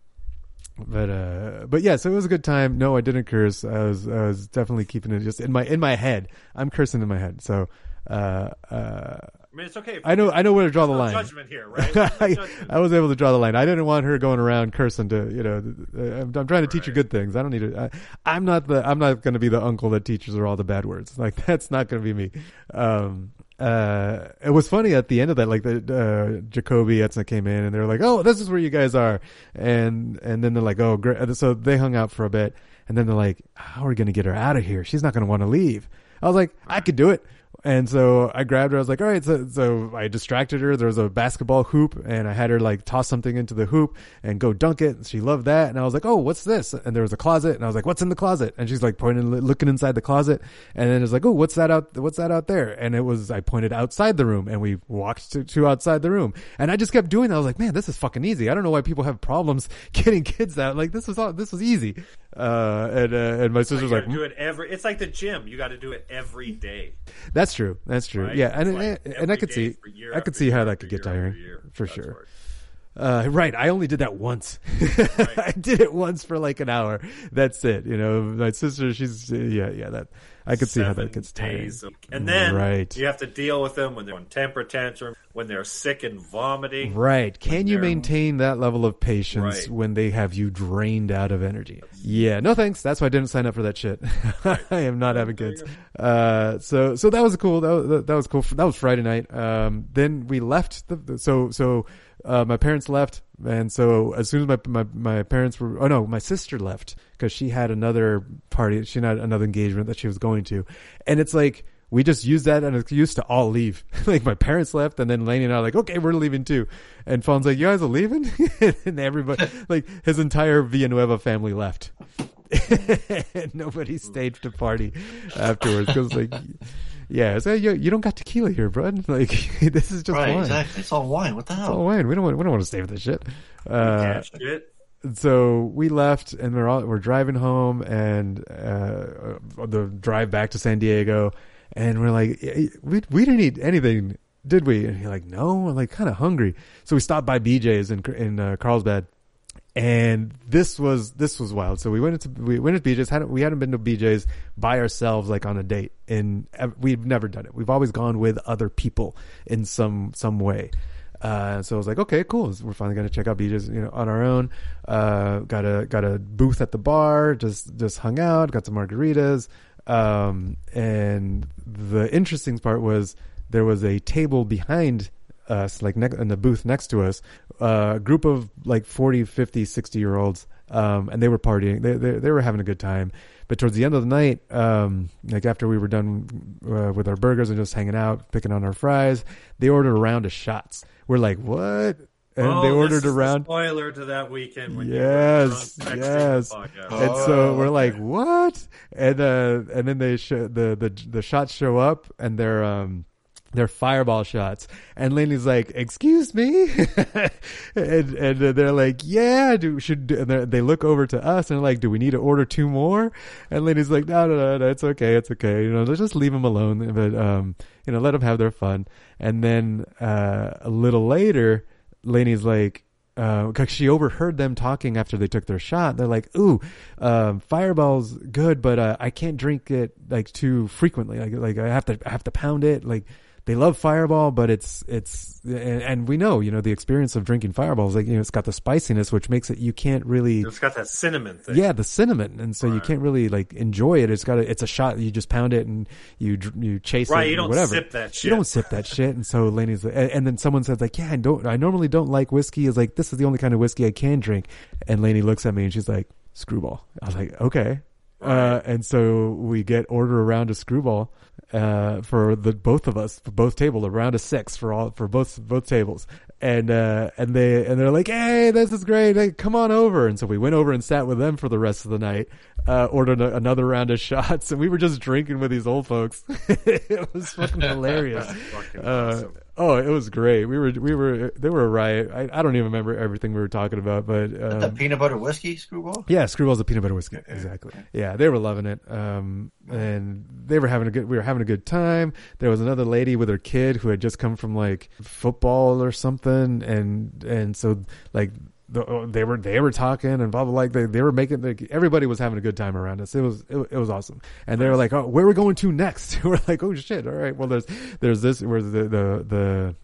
but uh, but yeah, so it was a good time. No, I didn't curse. I was I was definitely keeping it just in my in my head. I'm cursing in my head. So uh, uh, I mean, it's okay if- I know I know where to draw the there's no line. judgment here, right? There's no I, judgment. I was able to draw the line. I didn't want her going around cursing to you know. th- th- I'm, I'm trying to teach her good things. I don't need to. I, I'm not the. I'm not going to be the uncle that teaches her all the bad words. Like that's not going to be me. Um, uh, it was funny at the end of that. Like the uh, Jacoby Etzna came in and they were like, "Oh, this is where you guys are," and and then they're like, "Oh, great." So they hung out for a bit, and then they're like, "How are we going to get her out of here? She's not going to want to leave." I was like, "I could do it." And so I grabbed her. I was like, all right. So, so I distracted her. There was a basketball hoop and I had her like toss something into the hoop and go dunk it. She loved that. And I was like, oh, what's this? And there was a closet and I was like, what's in the closet? And she's like pointing, looking inside the closet. And then it's like, oh, what's that out? What's that out there? And it was, I pointed outside the room and we walked to, to outside the room and I just kept doing that. I was like, man, this is fucking easy. I don't know why people have problems getting kids out. Like this was all, this was easy. Uh, and, uh, and my You sister's gotta like, do it every. It's like the gym. You got to do it every day. That's true. That's true. Right? Yeah, and It's like and, every I could day see for year I could after see how year that after could get year after tiring year. for sure. Uh, right, I only did that once. I did it once for like an hour. That's it. You know, my sister, she's yeah, yeah. That I could see how that gets tiring. days. of- And then right, you have to deal with them when they're on temper tantrum, when they're sick and vomiting. right. Can you maintain that level of patience Right. when they have you drained out of energy? Yeah, no thanks. That's why I didn't sign up for that shit. I am not having kids. Uh, so so that was cool. That was, that was cool. That was Friday night. Um, then we left. The, the- so so uh, my parents left, and so as soon as my my, my parents were oh no, my sister left because she had another party. She had another engagement that she was going to, and it's like. We just used that as an excuse to all leave. like my parents left, and then Laney and I are like, okay, we're leaving too. And Fawn's like, you guys are leaving, and everybody, like his entire Villanueva family left. and nobody stayed to party afterwards because like yeah so you, you don't got tequila here bro like this is just right, wine exactly. It's all wine. What the it's hell? all wine we don't want we don't want to stay with this shit uh so we left and we're all we're driving home and uh the drive back to san diego and we're like we, we didn't eat anything did we and he's like no i'm like kind of hungry so we stopped by bj's in in uh, carlsbad and this was this was wild. So we went into we went into BJ's. Hadn't, we hadn't been to BJ's by ourselves like on a date, and ev- we've never done it. We've always gone with other people in some some way. Uh, so I was like, okay, cool. We're finally gonna check out BJ's, you know, on our own. Uh, got a got a booth at the bar. Just just hung out. Got some margaritas. Um, and the interesting part was there was a table behind us like ne- in the booth next to us a group of like 40 50 60 year olds um, and they were partying they, they, they were having a good time but towards the end of the night um, like after we were done uh, with our burgers and just hanging out picking on our fries they ordered a round of shots we're like what and Oh, they this ordered is a the round spoiler to that weekend. When yes, you were drunk yes. texting the podcast. And so we're like, what? And uh, and then they show the the the shots show up, and they're um. They're fireball shots, and Lainey's like, "Excuse me," and and uh, they're like, "Yeah, do, should." do-" And they're- they look over to us and they're like, "Do we need to order two more?" And Lainey's like, "No, no, no, no, it's okay, it's okay. You know, let's just leave them alone, but um, you know, let them have their fun." And then uh, a little later, Lainey's like, because she overheard them talking after they took their shot. They're like, "Ooh, um, Fireball's good, but uh, I can't drink it like too frequently. Like, like I have to, I have to pound it. Like, they love Fireball, but it's, it's, and, and we know, you know, the experience of drinking Fireball is like, you know, it's got the spiciness, which makes it you can't really, It's got that cinnamon thing. yeah, the cinnamon, and so you can't really like enjoy it. It's got, a, it's a shot. You just pound it and you dr- you chase Right, it. you and don't whatever. sip that shit. You don't sip that shit. And so Laney's, and, and then someone says like, yeah, I don't. I normally don't like whiskey. Is like this is the only kind of whiskey I can drink. And Laney looks at me and she's like, screwball. I was like, okay. Uh, and so we get order a round of screwball uh, for the both of us, for both tables, a round of six for all for both both tables. And uh, and they and they're like, hey, this is great. Hey, come on over. And so we went over and sat with them for the rest of the night. Uh, ordered a, another round of shots, and we were just drinking with these old folks. it was fucking hilarious. Fucking Uh, oh, it was great. We were we were they were a riot. I, I don't even remember everything we were talking about, but um, the peanut butter whiskey screwball. yeah, Screwball's a peanut butter whiskey. Exactly. Yeah, they were loving it. Um, and they were having a good. We were having a good time. There was another lady with her kid who had just come from like football or something, and and so like the, oh, they were they were talking and blah blah. Like they they were making like, everybody was having a good time around us. It was it, it was awesome. And they were like, oh, where are we going to next? we're like, oh shit, all right. Well, there's there's this where the the the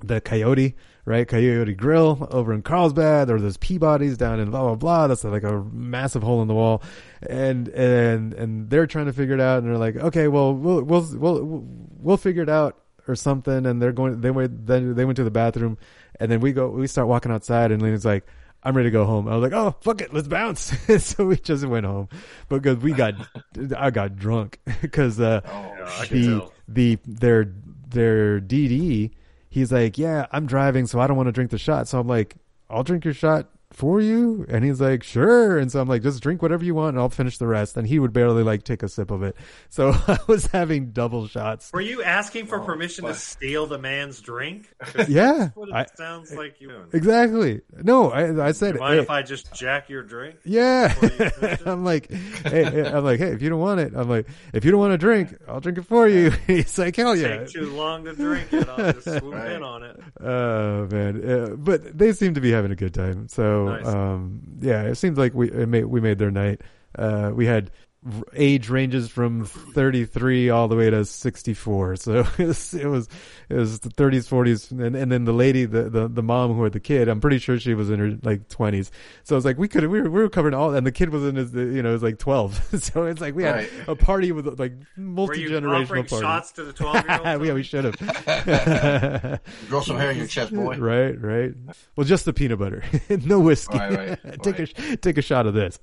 the Coyote, right? Coyote Grill over in Carlsbad. There there's Peabody's down in blah blah blah. That's like a massive hole in the wall, and and and they're trying to figure it out. And they're like, okay, well we'll we'll we'll we'll figure it out or something. And they're going. They went. Then they went to the bathroom, and then we go. We start walking outside, and Lena's like. I'm ready to go home. I was like, "Oh fuck it, let's bounce." so we just went home, but because we got, I got drunk because uh, Oh, I can the tell. the their their DD, he's like, "Yeah, I'm driving, so I don't want to drink the shot." So I'm like, "I'll drink your shot for you," and he's like, "Sure." And so I'm like, "Just drink whatever you want, and I'll finish the rest." And he would barely like take a sip of it, so I was having double shots. Were you asking for permission to steal the man's drink? 'Cause Yeah, that's what it I- sounds like you. doing. Exactly. No, I I said, You mind "Hey, if I just jack your drink? Yeah, I'm like, hey, hey," I'm like, hey, if you don't want it, I'm like, if you don't want to drink, I'll drink it for you. He's like, hell yeah. Take too long to drink it. I'll just swoop in on it. Oh man, uh, but they seem to be having a good time. So Nice. um, yeah, it seems like we it made, we made their night. Uh, we had r- age ranges from 33 all the way to 64. So it was it was, it was the 30s, 40s, and, and then the lady, the, the the mom who had the kid. I'm pretty sure she was in her like 20s. So it's like we could we were, we were covering all, and the kid was in his you know it was like 12. so it's like we had Right. a party with like multi generational offering party. shots to the 12-year-old? yeah, we should have. Grow some hair in your chest, boy. Right, right. Well, just the peanut butter, no whiskey. Right, right, take a take a shot of this.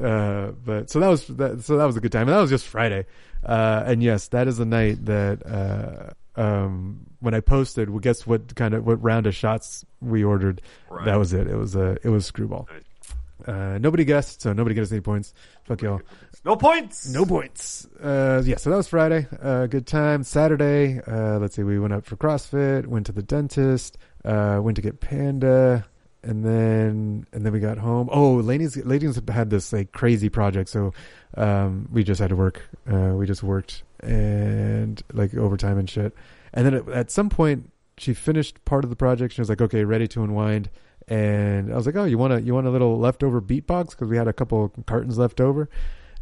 Uh, but so that was that, so that was a good time, and that was just Friday. Uh, and yes, that is the night that uh, um, when I posted, well, guess what kind of what round of shots we ordered? That was it. It was a it was screwball. Uh, nobody guessed, so nobody gets any points. Fuck y'all. No points. No points. Uh, yeah, so that was Friday. Uh, good time. Saturday, uh, let's see, we went up for CrossFit, went to the dentist, uh, went to get Panda, and then and then we got home. Oh, Laney's Laney's had this like crazy project, so um, we just had to work. Uh, we just worked and like overtime and shit. And then at, at some point, she finished part of the project. She was like, "Okay, ready to unwind." And I was like, "Oh, you want a you want a little leftover beatbox because we had a couple cartons left over."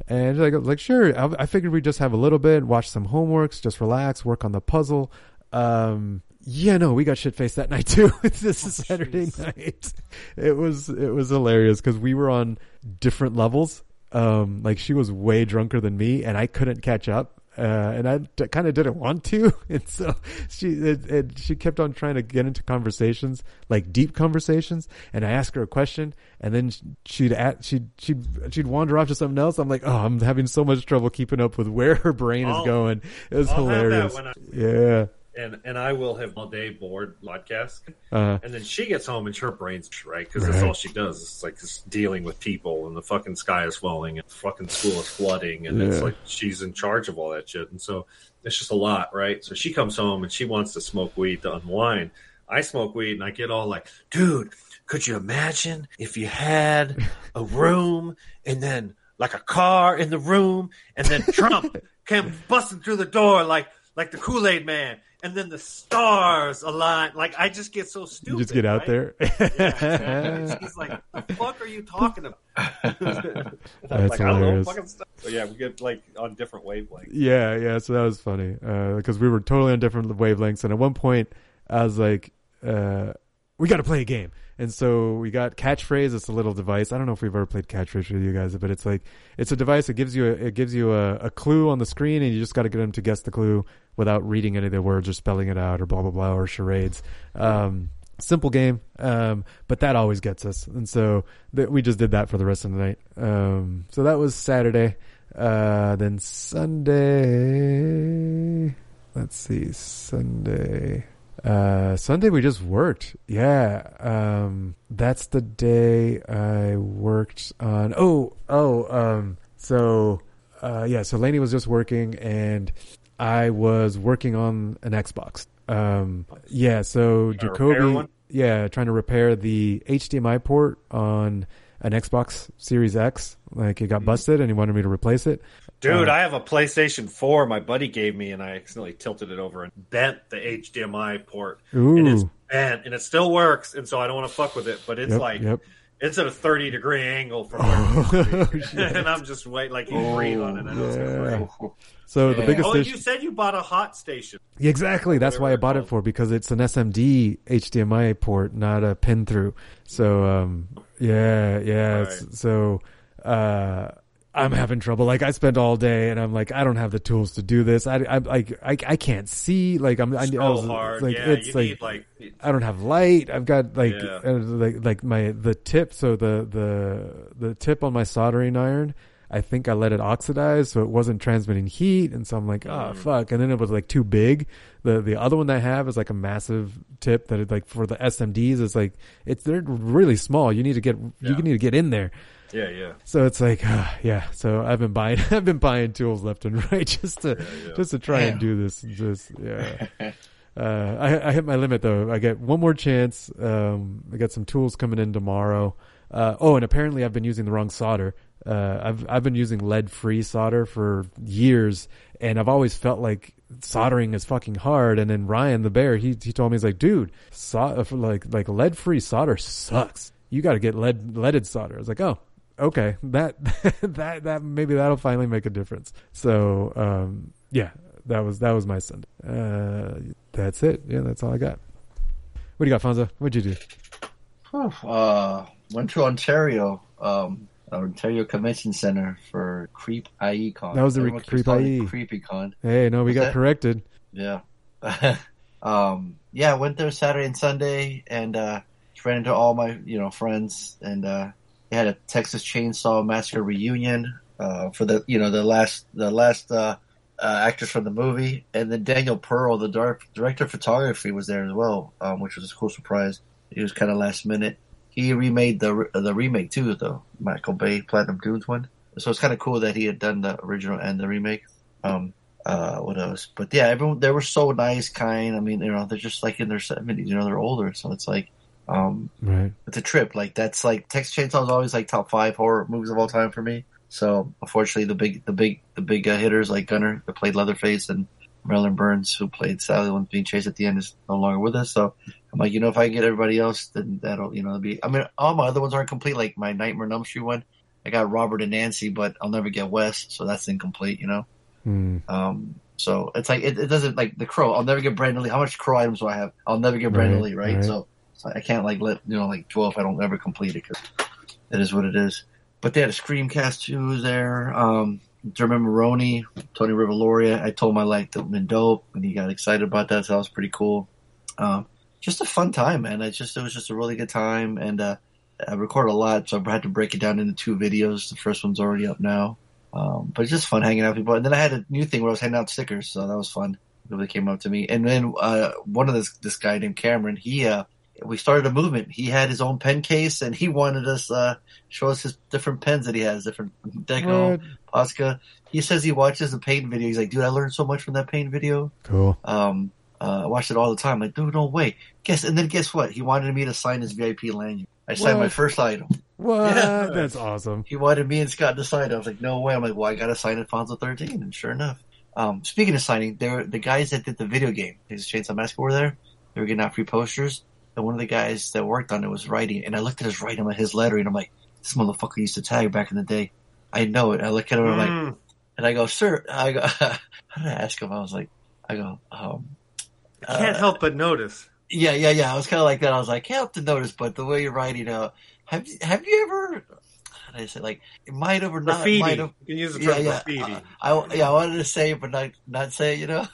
And she's like, I was like, sure. I, I figured we'd just have a little bit, watch some homeworks, just relax, work on the puzzle. Um, yeah, no, we got shit faced that night too. this is Saturday night. It was it was hilarious because we were on different levels. Um, like she was way drunker than me, and I couldn't catch up. Uh, and I kind of didn't want to, and so she it, it, she kept on trying to get into conversations, like deep conversations. And I asked her a question, and then she'd at, she'd she'd she'd wander off to something else. I'm like, oh, I'm having so much trouble keeping up with where her brain is I'll- going. It was Oh. I'll have that hilarious. when I- yeah. And and I will have all day bored podcast. Uh-huh. And then she gets home and her brain's right because that's Right. all she does. It's like just dealing with people and the fucking sky is falling and fucking school is flooding and it's Yeah. like she's in charge of all that shit. And so it's just a lot, right? So she comes home and she wants to smoke weed to unwind. I smoke weed and I get all like, dude, could you imagine if you had a room and then like a car in the room and then Trump came busting through the door like like the Kool Aid Man and then the stars align. Like I just get so stupid. You just get out right? there. Yeah, She's like, the fuck are you talking about? That's like, I don't know hilarious. fucking stuff. But yeah, we get like on different wavelengths. Yeah, yeah. So that was funny because we were totally on different wavelengths. And at one point, I was like, uh, "We got to play a game." And so we got catchphrase. It's a little device. I don't know if we've ever played catchphrase with you guys, but it's like it's a device. that gives you a, it gives you a, a clue on the screen, and you just got to get them to guess the clue without reading any of the words or spelling it out or blah blah blah or charades. Um, simple game, um, but that always gets us, and so th- we just did that for the rest of the night. Um, so that was Saturday. Uh, then Sunday, let's see, Sunday. Uh, Sunday we just worked. Yeah. Um, that's the day I worked on. Oh, oh, um, so, uh, yeah, so Laney was just working and I was working on an Xbox. Um, yeah, so Trying to repair Jacoby, one? yeah, trying to repair the HDMI port on an Xbox Series X. Like it Mm-hmm. got busted and he wanted me to replace it. Dude, Uh, I have a PlayStation 4 my buddy gave me, and I accidentally tilted it over and bent the HDMI port. And it's Ooh. bent, and it still works, and so I don't want to fuck with it, but it's Yep, like, yep. Oh, it's at a 30 degree angle from where it used to be. And I'm just waiting, like, you breathe on it. I know it's gonna break. yeah. So the biggest oh, issue. you said you bought a hot station. Yeah, Exactly. That's why I bought it for because it's an SMD HDMI port, not a pin through. So um, yeah, yeah. it's- So uh, I'm having trouble. Like I spent all day, and I'm like, I don't have the tools to do this. I I like I, I can't see. Like I'm I, I So was, Oh, hard. Like, Yeah, it's you like, need, like- I don't have light. I've got like Yeah. uh, like like my the tip. So the the the tip on my soldering iron. I think I let it oxidize, so it wasn't transmitting heat, and so I'm like, oh fuck. And then it was like too big. The the other one I have is like a massive tip that it like for the SMDs is like it's they're really small. You need to get you need to get in there. Yeah, yeah. So it's like, uh, yeah. So I've been buying I've been buying tools left and right just to just to try and do this. Just yeah. Uh, I, I hit my limit though. I get one more chance. Um, I got some tools coming in tomorrow. Uh, oh, and apparently I've been using the wrong solder. Uh, I've I've been using lead free solder for years, and I've always felt like soldering is fucking hard. And then Ryan the bear, he he told me he's like, dude, so, like like lead free solder sucks. You got to get lead leaded solder. I was like, oh, okay, that that that maybe that'll finally make a difference. So um, yeah, that was that was my Sunday. Uh, that's it. Yeah, that's all I got. What do you got, Fonzo? What'd you do? uh, went to Ontario, um, Ontario Convention Center for Creep IE Con. That was the re- Everyone keeps creep E. calling it IE. Creepy Con. Hey, no, we What's got that? corrected. Yeah. um, yeah, went there Saturday and Sunday and uh, ran into all my, you know, friends and uh, they had a Texas Chainsaw Massacre reunion uh, for the, you know, the last the last uh, uh, actors from the movie and then Daniel Pearl, the dar- director of photography was there as well, um, which was a cool surprise. It was kind of last minute. He remade the re- the remake too though, Michael Bay Platinum Dunes one. So it's kind of cool that he had done the original and the remake. Um, uh, what else? But yeah, everyone they were so nice, kind. I mean, you know, they're just like in their seventies. You know, they're older, so it's like, um, Right. it's a trip. Like that's like Texas Chainsaw is always like top five horror movies of all time for me. So unfortunately, the big, the big, the big uh, hitters like Gunner, who played Leatherface, and Marilyn Burns, who played Sally, the one being chased at the end, is no longer with us. So I'm like, you know, if I get everybody else, then that'll, you know, be. I mean, all my other ones aren't complete. Like my Nightmare on Elm Street one, I got Robert and Nancy, but I'll never get West, so that's incomplete. You know. Hmm. Um, so it's like it, it doesn't like the crow. I'll never get Brandon Lee. How much crow items do I have? I'll never get Brandon Right, Lee, right? right. So, so I can't like let you know like twelve. I don't ever complete it because it is what it is. But they had a Screamcast too was there. Um, German Maroney, Tony Rivaloria. I told him I liked him and dope, and he got excited about that. So that was pretty cool. Um, just a fun time, man. It's just it was just a really good time, and uh, I record a lot, so I had to break it down into two videos. The first one's already up now. Um, but it's just fun hanging out with people. And then I had a new thing where I was handing out stickers, so that was fun. People came up to me, and then uh, one of this this guy named Cameron, he uh, we started a movement. He had his own pen case, and he wanted us uh, show us his different pens that he has, different What? Deco, Posca. He says he watches the paint video. He's like, dude, I learned so much from that paint video. Cool. Um, uh, I watched it all the time. Like, dude, no way. Guess, and then guess what? He wanted me to sign his VIP lanyard. I signed my What? first item. What? That's awesome. He wanted me and Scott to sign. it. I was like, no way. I'm like, well, I got to sign Alfonso 13. And sure enough, um, speaking of signing, there the guys that did the video game, Texas Chainsaw Massacre, were there. They were getting out free posters, and one of the guys that worked on it was writing. And I looked at his writing, at his lettering. I'm like, this motherfucker used to tag back in the day. I know it. I look at Mm. him, I'm Mm. like, and I go, sir. I go, how did I ask him? I was like, I go, um, I can't uh, help but notice. yeah, yeah, yeah. I was kind of like that. I was like, can't help to notice, but the way you're writing out, have you, have you ever? How did I say like it might have or not Graffiti. might have? You can use the term yeah, yeah. graffiti. I, I- yeah, I wanted to say it, but not not say it. You know,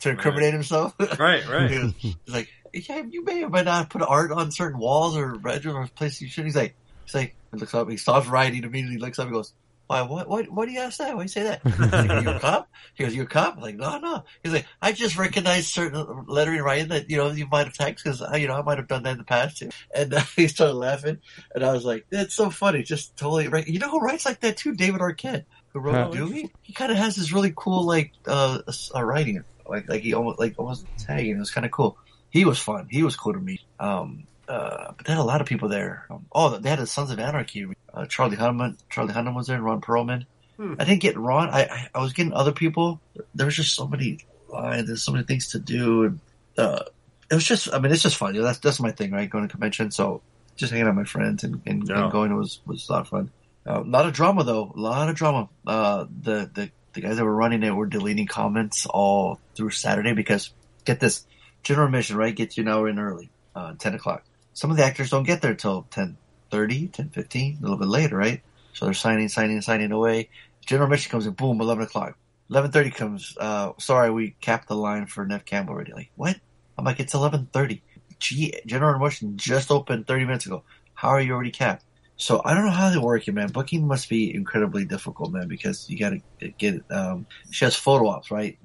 to incriminate himself. Right, right. He's like, yeah, you may or may not put art on certain walls or bedroom or places you shouldn't. He's like, he's like, he looks up, he stops writing immediately, looks up, and goes, why, what, what, what do you ask that? Why do you say that? He's like, Are you a cop? He goes, you a cop? I'm like, no, no. He's like, I just recognize certain lettering writing that, you know, you might have tagged because, you know, I might have done that in the past. too." And uh, he started laughing. And I was like, that's so funny. Just totally right. You know who writes like that too? David Arquette, who wrote Huh. Dewey. He kind of has this really cool, like, uh, s- uh writing. Like, like he almost, like, almost tagging. It was kind of cool. He was fun. He was cool to me. Um, uh, but they had a lot of people there. Um, oh, they had the Sons of Anarchy. Uh, Charlie Hunnam, Charlie Hunnam was there, and Ron Perlman. Hmm. I didn't get Ron. I, I I was getting other people. There was just so many lines. There's so many things to do, and uh, it was just. I mean, it's just fun. You know, that's that's my thing, right? Going to convention, so just hanging out with my friends and, and, Yeah. and going was was a lot of fun. Uh, a lot of drama though. A lot of drama. Uh, the the the guys that were running it were deleting comments all through Saturday because get this general mission right gets you an hour in early, uh, ten o'clock. Some of the actors don't get there till 10, 30, 10, 15, a little bit later, right? So they're signing, signing, signing away. General Mission comes in, boom, 11 o'clock. 11.30 comes, uh, sorry, we capped the line for Nev Campbell already. Like, what? I'm like, it's 11.30. Gee, General Mission just opened 30 minutes ago. How are you already capped? So I don't know how they work it, man. Booking must be incredibly difficult, man, because you gotta get, um, she has photo ops, right?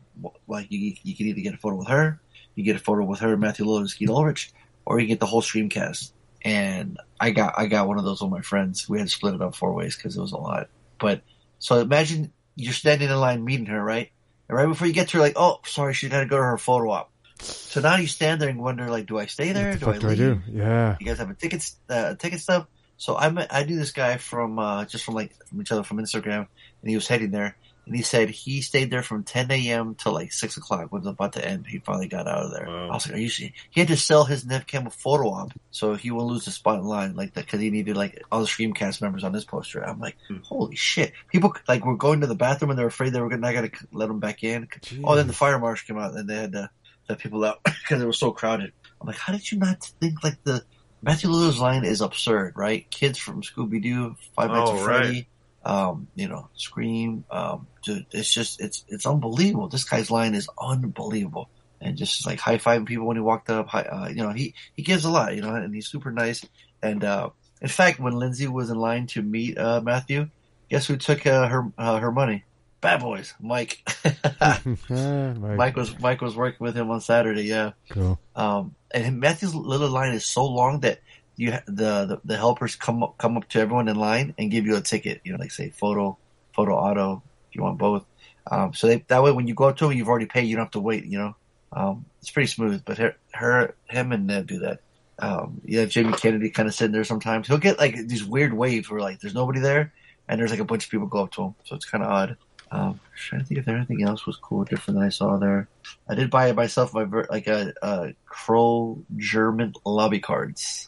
Like, you, you can either get a photo with her, you get a photo with her, Matthew Lillard, and Skeet Ulrich, or you get the whole streamcast. And I got I got one of those with my friends. We had to split it up four ways because it was a lot. But so imagine you're standing in line meeting her, right? And right before you get to her, like, oh, sorry, she's got to go to her photo op. So now you stand there and wonder, like, do I stay there? What the do fuck I do I leave? do? Yeah. You guys have a ticket uh, ticket stub. So I met, I knew this guy from uh, just from like from each other from Instagram, and he was heading there. And he said he stayed there from 10 a.m. till like six o'clock when it was about to end. He finally got out of there. I was like, "Are you?" serious?" He had to sell his Nev Campbell photo op so he wouldn't lose the spot in line, like that, because he needed like all the Screamcast members on his poster. I'm like, "Holy shit!" People like were going to the bathroom and they're afraid they were not going to let them back in. Oh, then the fire marshal came out and they had to let people out because it was so crowded. I'm like, "How did you not think like the Matthew Lillard's line is absurd, right? Kids from Scooby Doo, Five Nights Oh, at right. Freddy." um, you know, Scream. Um, to, it's just it's it's unbelievable. This guy's line is unbelievable, and just like high fiving people when he walked up. High, uh, you know, he he gives a lot, you know, and he's super nice. And uh, in fact, when Lindsay was in line to meet uh, Matthew, guess who took uh, her uh, her money? Bad Boys, Mike. Ah, my- Mike was Mike was working with him on Saturday. Yeah. Cool. Um, and Matthew's little line is so long that you ha- the, the the helpers come up, come up to everyone in line and give you a ticket. You know, like say photo, photo auto. If you want both, um, so they, that way when you go up to them, you've already paid. You don't have to wait. You know, um, it's pretty smooth. But her, her him and Ned do that. Um, you have Jamie Kennedy kind of sitting there sometimes. He'll get like these weird waves where like there's nobody there and there's like a bunch of people go up to him. So it's kind of odd. Um, trying to think if there anything else was cool, different that I saw there. I did buy myself my ver- like a, a Kroll German lobby cards,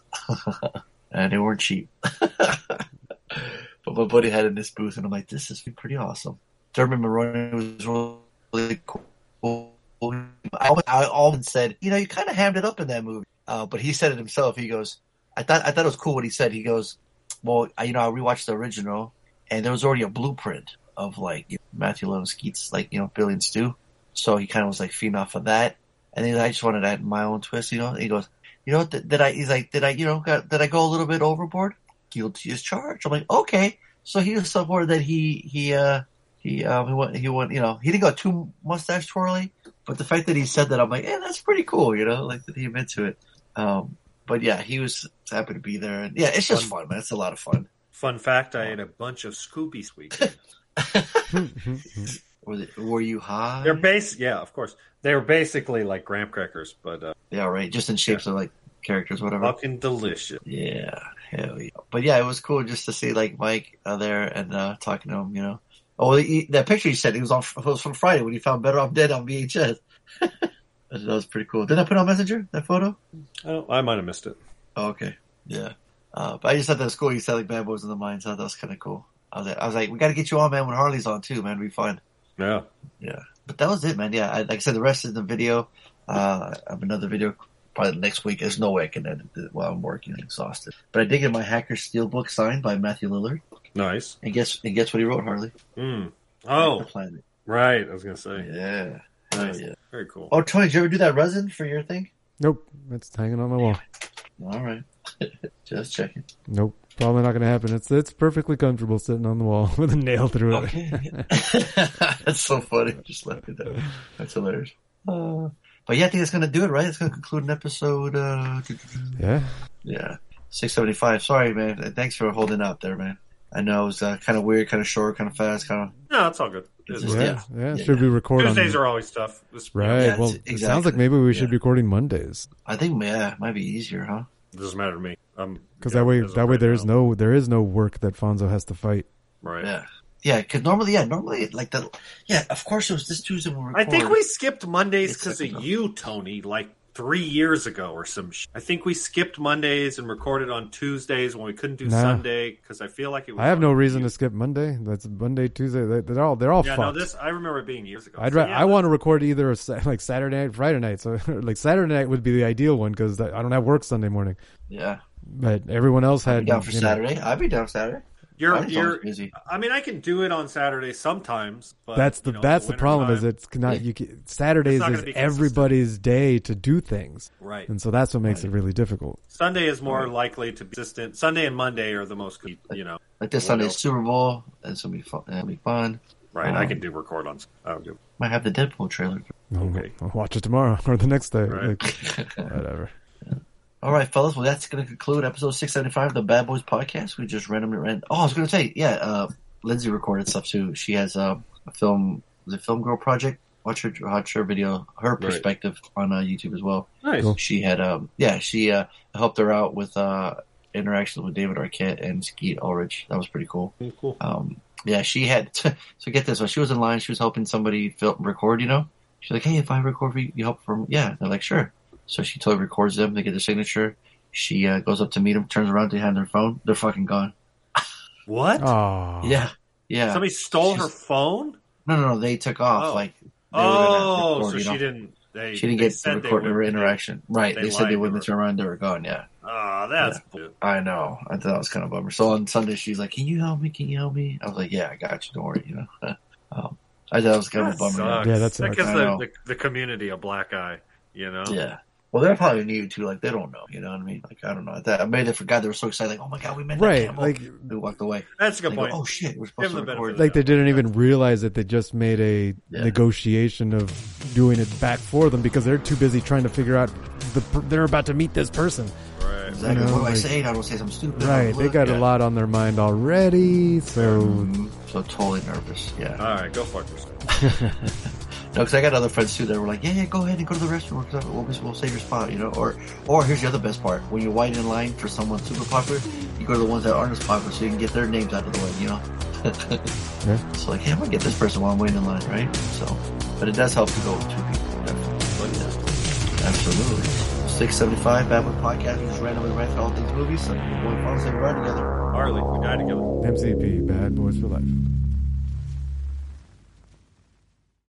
and they weren't cheap. but my buddy had it in this booth, and I'm like, this is pretty awesome. German Maroney was really cool. I almost, I almost said, you know, you kind of hammed it up in that movie, uh, but he said it himself. He goes, I thought I thought it was cool what he said. He goes, well, I, you know, I rewatched the original, and there was already a blueprint of like you know, Matthew Lillard and Skeet's, like you know, Billy and Stu. So he kind of was like feeding off of that, and he's like, I just wanted to add my own twist, you know. He goes, you know, what, did, did I? He's like, did I, you know, got, did I go a little bit overboard? Guilty as charged. I'm like, okay. So he was somewhere that he he uh he um he went he went you know he didn't go too mustache twirly, but the fact that he said that, I'm like, yeah, that's pretty cool, you know, like that he admits to it. Um, but yeah, he was happy to be there, and yeah, it's just fun, man. It's a lot of fun. Fun fact: I ate a bunch of Scooby Sweet. Mm-hmm. were, they- were you high? They're base, yeah, of course. They're basically like graham crackers, but uh, Yeah, right. Just in shapes of like characters, whatever. Fucking delicious. Yeah, hell yeah. But yeah, it was cool just to see like Mike uh, there and uh, talking to him. You know, oh he, that picture you said it was on it was from Friday when you found Better Off Dead on VHS. that was pretty cool. Did I put it on Messenger that photo? I, don't, I might have missed it. Oh, okay, yeah. Uh, but I just thought that was cool. You said like Bad Boys in the Mind, so I thought that was kind of cool. I was like, I was like, we got to get you on, man. When Harley's on too, man, it'd be fun. Yeah, yeah. But that was it, man. Yeah, I, like I said, the rest is the video. Uh, I have another video probably next week. There's no way I can edit it while I'm working, exhausted. But I did get my Hacker Steelbook signed by Matthew Lillard. Nice. And guess and guess what he wrote, Harley? Mm. Oh, planet. right. I was gonna say. Yeah. Nice. Oh, yeah. Very cool. Oh, Tony, did you ever do that resin for your thing? Nope, it's hanging on my wall. All right. Just checking. Nope, probably not going to happen. It's it's perfectly comfortable sitting on the wall with a nail through it. that's so funny. Just left it there. That's hilarious. Uh, but yeah, I think that's going to do it, right? It's going to conclude an episode. Uh, yeah. Yeah. 675. Sorry, man. Thanks for holding out there, man. I know it was uh, kind of weird, kind of short, kind of fast, kind of. No, it's all good. It's Yeah, all yeah, good. should we record on- Tuesdays are always tough. This- Right. well, it sounds like maybe we should be recording Mondays I think, yeah, it might be easier, huh? It doesn't matter to me. Um, because that way that way there is no there is no work that Fonzo has to fight. right. Yeah. Yeah, because normally, yeah, normally, like the. Yeah, of course it was this Tuesday when we I recorded. think we skipped Mondays because of you, Tony, like three years ago or some sh- I think we skipped Mondays and recorded on Tuesdays when we couldn't do Nah. Sunday because I feel like it was. I have no reason to skip Monday. That's Monday, Tuesday. They, they're all they're all yeah, no, fucked. this, I remember it being years ago. I'd So, ra- yeah, I want to record either a sa- like Saturday night, Friday night. So like Saturday night would be the ideal one because I don't have work Sunday morning. Yeah. But everyone else had I'd be down for you know- Saturday. I'd be down Saturday. You're, I'm you're, always busy. I mean, I can do it on Saturday sometimes, but that's the you know, that's the, winter problem time- is it's not you can, Saturdays It's not is gonna be consistent. everybody's day to do things, Right. And so that's what makes it really difficult. Sunday is more likely to be consistent. Sunday and Monday are the most, you know. Like this Sunday's Super Bowl. That's going to be fun. That'll be fun. Right, Um, I can do record on. I don't give. Might have the Deadpool trailer. Okay. I'll watch it tomorrow or the next day, like, whatever. All right, fellas. Well, that's going to conclude episode 675 of the Bad Boys podcast. We just randomly ran. Oh, I was going to say, yeah, uh, Lindsay recorded stuff too. She has uh, a film, the Film Girl Project. Watch her, watch her video, her Right. perspective on uh, YouTube as well. Nice. Cool. She had, um, yeah, she uh, helped her out with uh, interactions with David Arquette and Skeet Ulrich. That was pretty cool. Cool. Um, yeah, she had. so get this. When she was in line, she was helping somebody film, record. You know, she's like, "Hey, if I record, for you you help from." Yeah, they're like, "Sure." So she totally records them. They get their signature. She uh, goes up to meet them, turns around, they hand their phone. They're fucking gone. What? Oh. Yeah, yeah. Somebody stole her phone. No, no, no. They took off. Oh. Like, they were gonna Oh, record, so you she know. didn't. They, she didn't they get to said they record her wouldn't. interaction. Right. They, they said they lied wouldn't turn around. They were gone. Yeah. Ah, that's bull- I know. I thought it was kind of a bummer. So on Sunday, she's like, "Can you help me? Can you help me?" I was like, "Yeah, I got you. Don't worry." You know. um, I thought it was kind of that a bummer. sucks. that gives I the, know. the, the community a black eye. You know. Yeah. Well, they're probably new too. Like they don't know. You know what I mean? Like I don't know. That maybe they forgot. They were so excited. Like, oh my god, we met that Right, camel. like- we walked away. That's a good They go, point. oh shit, we're Give supposed to them the benefit record. Like they didn't even realize that they just made a negotiation of doing it back for them because they're too busy trying to figure out the per- they're about to meet this person. Right. Exactly. You know, what do I like- say? I don't say something stupid. Right, they got a lot on their mind already, so So totally nervous. Yeah. All right, go fuck yourself. No, because I got other friends too that were like, yeah, yeah, go ahead and go to the restroom. Cause we'll, we'll save your spot, you know? Or, or here's the other best part. When you're waiting in line for someone super popular, you go to the ones that aren't as popular so you can get their names out of the way, you know? Yeah. It's like, hey, I'm going to get this person while I'm waiting in line, right? So, but it does help to go with two people. definitely. But, yeah, absolutely. 675 Batman Podcast. We just randomly rank all these movies. So, we're going to say we're together. Harley, we died together. MCP Bad Boys for Life.